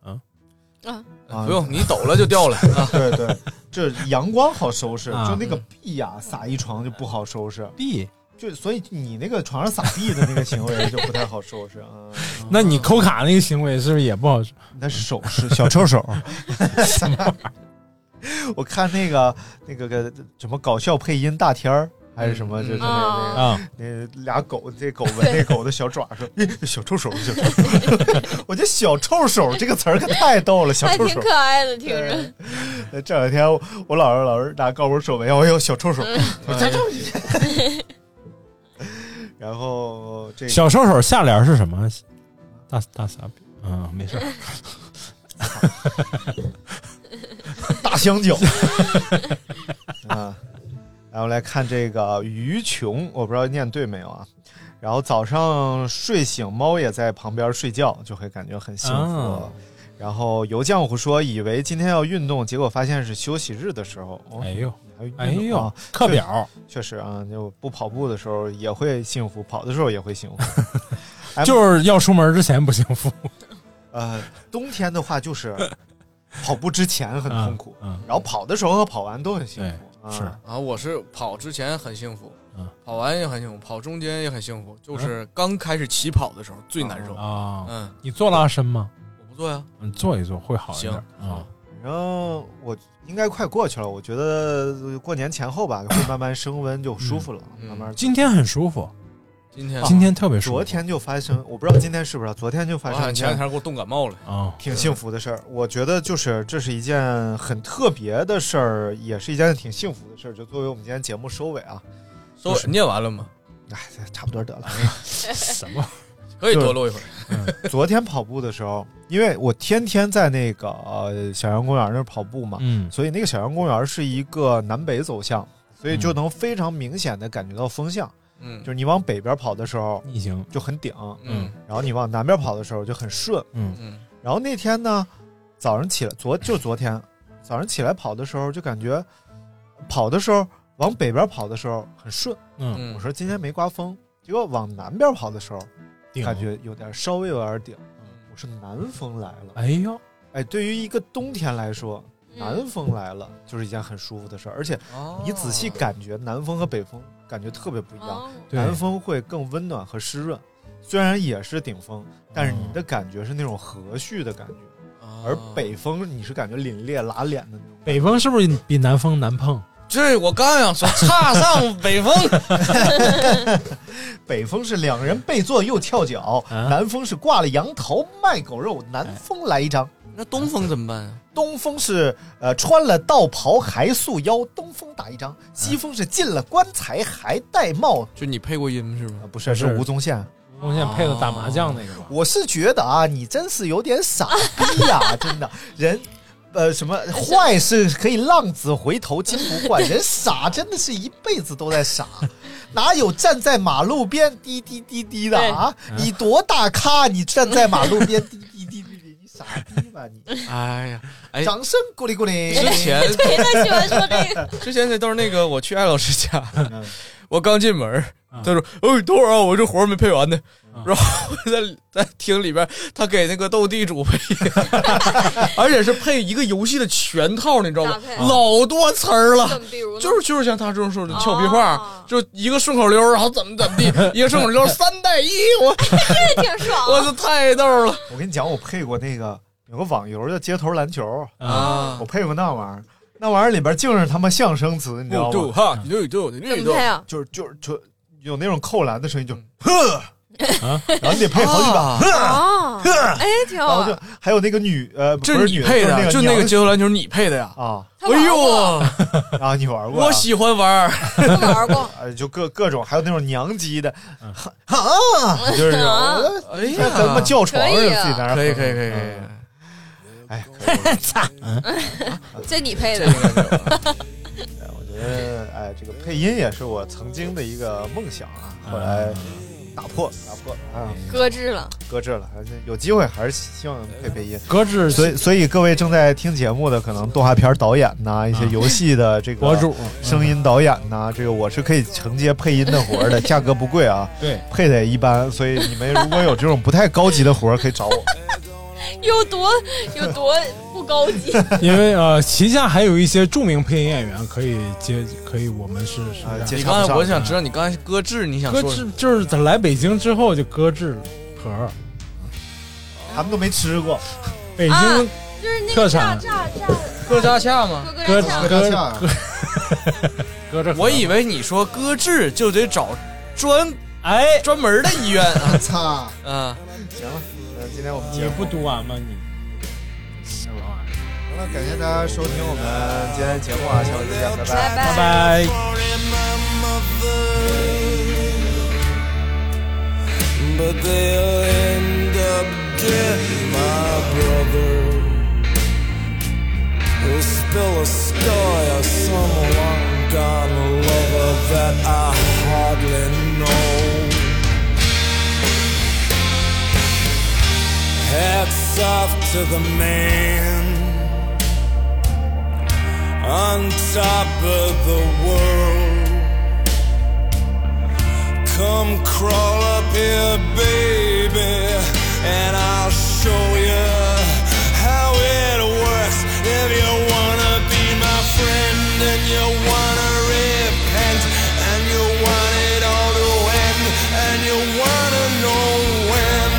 J: 啊？
K: 啊，
H: 啊
I: 嗯不用你抖了就掉了 *laughs*
H: 对对， *laughs* 这阳光好收拾，
J: 啊
H: 就那个币呀、撒一床就不好收拾。
J: 币
H: 就所以你那个床上撒币的那个行为就不太好收拾啊。
J: 那你抠卡那个行为是不是也不好？
H: 那是手势，小臭手。 *laughs* 我看那个那个个什么搞笑配音大天儿。还是什么？就是那
K: 嗯
H: 那
J: 啊
H: 个那俩狗，这狗闻那狗的小爪说：“ *laughs* 哎小臭手，小臭手。” *laughs* 我觉得“小臭手”这个词儿可太逗了，小
K: 还
H: 臭
K: 挺
H: 手
K: 可爱的，听着。
H: 呃这两天我我老是老是拿高博手围，我有小臭手，
K: 嗯
J: 哎
H: 我说小臭手。然后这个
J: 小瘦手下联是什么？大大傻逼，嗯，没事儿。
H: 大香蕉 *laughs* 啊，然后来看这个于琼，我不知道念对没有啊。然后早上睡醒，猫也在旁边睡觉，就会感觉很幸福。
J: 啊
H: 然后油浆糊说，以为今天要运动，结果发现是休息日的时候。哦、
J: 哎呦，
H: 还有运动
J: 哎呦
H: 啊，
J: 课表
H: 确实啊，就不跑步的时候也会幸福，跑的时候也会
J: *laughs*
H: 幸福。哎
J: 就是要出门之前不幸福，
H: 呃，冬天的话就是跑步之前很痛苦，
J: 嗯嗯
H: 然后跑的时候和跑完都很幸福。
J: 对是
H: 啊、
I: 啊，我是跑之前很幸福
J: 嗯，
I: 跑完也很幸福，跑中间也很幸福，就是刚开始起跑的时候最难受。
J: 啊。
I: 嗯，
J: 你做拉伸吗？
I: 我不做呀，
J: 嗯，做一做会好一点
I: 行
J: 啊。
H: 然后我应该快过去了，我觉得过年前后吧，会慢慢升温，就舒服了，
I: 嗯
H: 慢慢。
J: 今天很舒服，
I: 今嗯天
H: 啊
J: 今天特别舒服
H: 昨天就发生，我不知道今天是不是，昨天就
I: 我
H: 发
I: 好像
H: 生一
I: 前两
H: 件
I: 天给我冻感冒了。
J: 啊。
H: 挺幸福的事儿。我觉得就是这是一件很特别的事儿，也是一件挺幸福的事儿。就作为我们今天节目收尾
J: *laughs*
H: 啊，
I: 说念完了吗？
H: 哎，差不多得了。
J: 什么？
I: 可以多录一会
H: *laughs*
I: 儿。
H: 昨天跑步的时候，因为我天天在那个、呃、小杨公园那儿跑步嘛，
J: 嗯
H: 所以那个小杨公园是一个南北走向，所以就能非常明显的感觉到风向，
I: 嗯
H: 就是你往北边跑的时候
J: 逆行，
H: 就很顶，
I: 嗯
H: 然后你往南边跑的时候就很顺。
J: 嗯
I: 嗯
H: 然后那天呢，早上起来，昨就昨天早上起来跑的时候，就感觉跑的时候往北边跑的时候很顺，
J: 嗯，
H: 我
I: 嗯，
H: 说今天没刮风，结果往南边跑的时候
J: 顶
H: 感觉有点稍微有点顶，
I: 嗯
H: 我说南风来了。
J: 哎呦，
H: 哎，对于一个冬天来说，
K: 嗯
H: 南风来了就是一件很舒服的事儿，而且
I: 哦
H: 你仔细感觉南风和北风感觉特别不一样，
K: 哦 *laughs*
J: 对
H: 南风会更温暖和湿润，虽然也是顶风，但是你的感觉是那种和煦的感觉，
I: 啊
H: 而北风你是感觉凛冽拉脸的那种。
J: 北风是不是比南风难碰？
I: 这我刚想说，差上北风。
H: 北风是两人背坐又翘脚，
J: 啊
H: 南风是挂了羊头卖狗肉，南风来一张。
I: 那东风怎么办啊？
H: 东风是呃穿了道袍还束腰，东风打一张；西风是进了棺材还戴帽。
I: 就你配过音是吗
H: 啊？不是，是
J: 是
H: 吴宗宪。
J: 中线配的打麻将那个吧？
H: 我是觉得啊，你真是有点傻逼呀、真的人。呃，什么坏是可以浪子回头金不换，人傻真的是一辈子都在傻，哪有站在马路边滴滴滴滴的啊？你多大咖，你站在马路边滴滴滴滴滴，你傻逼吧你！
I: 哎呀， *laughs* 哎，
H: 掌声鼓励鼓励。
I: 之前
K: 对，他喜欢说这个。
H: 啊
I: 之前那都是那个我去艾老师家
H: 嗯，
I: 我刚进门儿，
J: 嗯
I: 他说：“哎，等会儿啊，我这活儿没配完呢。”然后我在在厅里边，他给那个斗地主配，而且是配一个游戏的全套，你知道吗
K: 搭配？
I: 老多词儿了
K: 怎。么比如呢？
I: 就是就是像他这种说的俏皮话
K: 哦，
I: 就一个顺口溜儿，然后怎么怎么地，一个顺口溜儿三带一，我
K: 这挺爽。啊
I: 我是太逗了
H: 我跟你讲，我配过那个有个网游叫街头篮球，
I: 啊
H: 我！配过那玩意儿，那玩意儿里边净是他妈象声词，你知道
I: 就
H: 吗？
I: 哈，你就就你
K: 怎
I: 就
K: 么配
M: 嗯
K: 啊？
H: *laughs* 就是就是就有那种扣篮的声音，就呵
J: 啊，
H: 然后你得配好几把， *laughs*
K: 啊，哎，挺
H: 然
K: 好
H: 后
K: 玩
H: 就。还有那个女呃，不
M: 这
H: 是
M: 你
H: 女
M: 配的，就那个
H: 娘
M: 街头篮球你配的呀？
H: 啊
M: 哎呦，
H: 啊，你玩过啊？
M: *laughs* 我喜欢玩儿，
K: 玩过，
H: 呃，就各各种，还有那种娘鸡的，啊，就是这种
M: 哎
H: 在
M: 呀，
H: 他妈叫床上自
K: 可
H: 己
K: 以啊
H: 在那儿
M: 可以
H: 哼嗯哎
M: 可以可以可以，
K: 操，这你配的，
H: 我觉得，哎，这个配音也是我曾经的一个梦想啊，后来
M: 嗯
H: 打破打破啊，
K: 搁置了。
H: 搁置了。还是有机会还是希望配配音。
J: 搁置
H: 所以，所以各位正在听节目的，可能动画片导演呐、一些游戏的这个
J: 博主
H: 声音导演呐、这个我是可以承接配音的活
J: *laughs*
H: 儿的，价格不贵啊，
J: 对，
H: 配的也一般。所以你们如果有这种不太高级的活儿，可以找我。
K: 有多有多不高级，
J: 因为呃，旗下还有一些著名配音演员可以接，可以我们是是
H: 啊
J: 这样
H: 接
M: 你
H: 插不
M: 刚才
H: 上
M: 我想知道你刚才是搁置，你想
J: 搁
M: 说什
J: 置
M: 么，
J: 就是在来北京之后就搁置盒儿。
H: 他们都没吃过，
J: 北京、
K: 啊就是那
J: 特
K: 个炸
J: 产
K: 炸炸
M: 搁扎恰吗？
J: 搁搁
K: 哥哥炸
H: 搁
J: 搁
H: 炸恰
J: 搁着盒儿，
M: 我以为你说搁置就得找专
J: 哎，
M: 专门的医院啊，
H: 操！
M: 嗯，
H: 行了，那今天我们节
J: 你
H: 目
J: 不读完吗？你什么玩意儿
H: 好了，感谢大家收听我们今天的节目啊，下回再见，拜拜
K: 拜。拜
J: 拜。拜。
I: But they'll end up dead, my brother. He'll spill a story of some long gone lover that I hardly know. Hats off to the man on top of the world. Come crawl up here, baby, and I'll show you how it works. If you wanna be my friend and you wanna repent and you want it all to end and you wanna know when,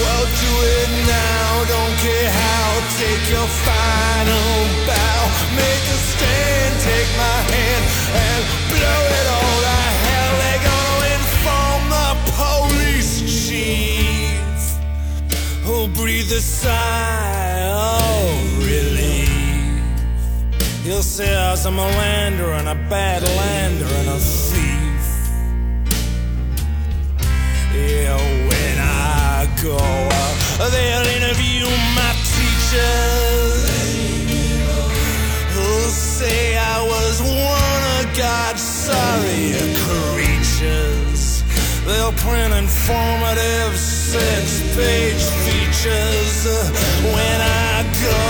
I: well, do it now. Don't care how. Take your final bow, make a stand, take my hand and blow it all to hell. They're gonna inform the police chief who'll breathe a sigh of relief. He'll say I was a malander and a bad lander and a thief. Yeah, when I go out, they'll interview my teachers. Who'll say I was one of God's sorrier creatures. They'll print informative six page features when I go.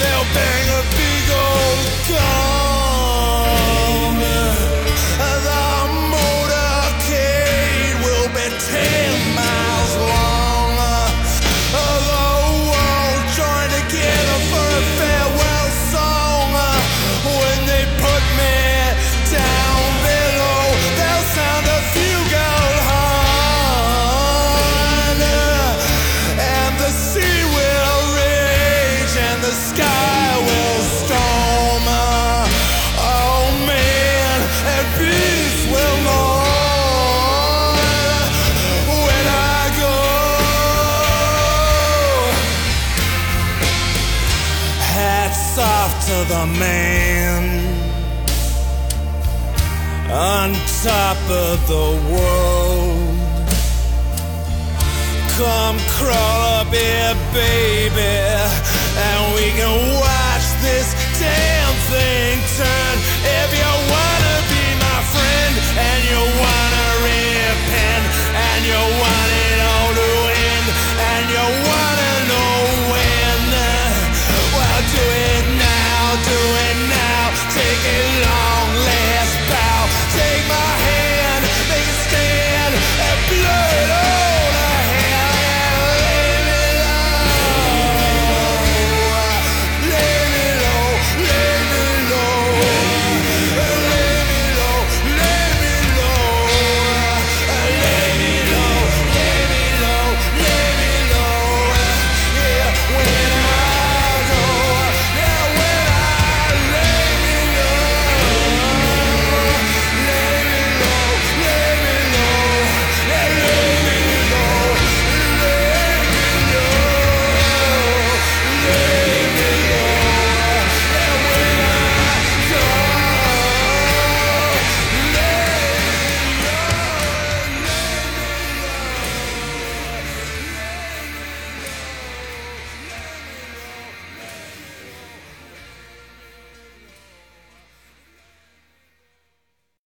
I: They'll bang a big old gong. The motorcade will be ten miles long. The world joined together for a farewell song. When they put me down below, they'll sound a fugal horn, and the sea will rage and the sky will storm. Oh man, and peace will mourn when I go. Hats off to the man on top of the world. Come crawl up here, baby, and we can watch this damn thing turn. If you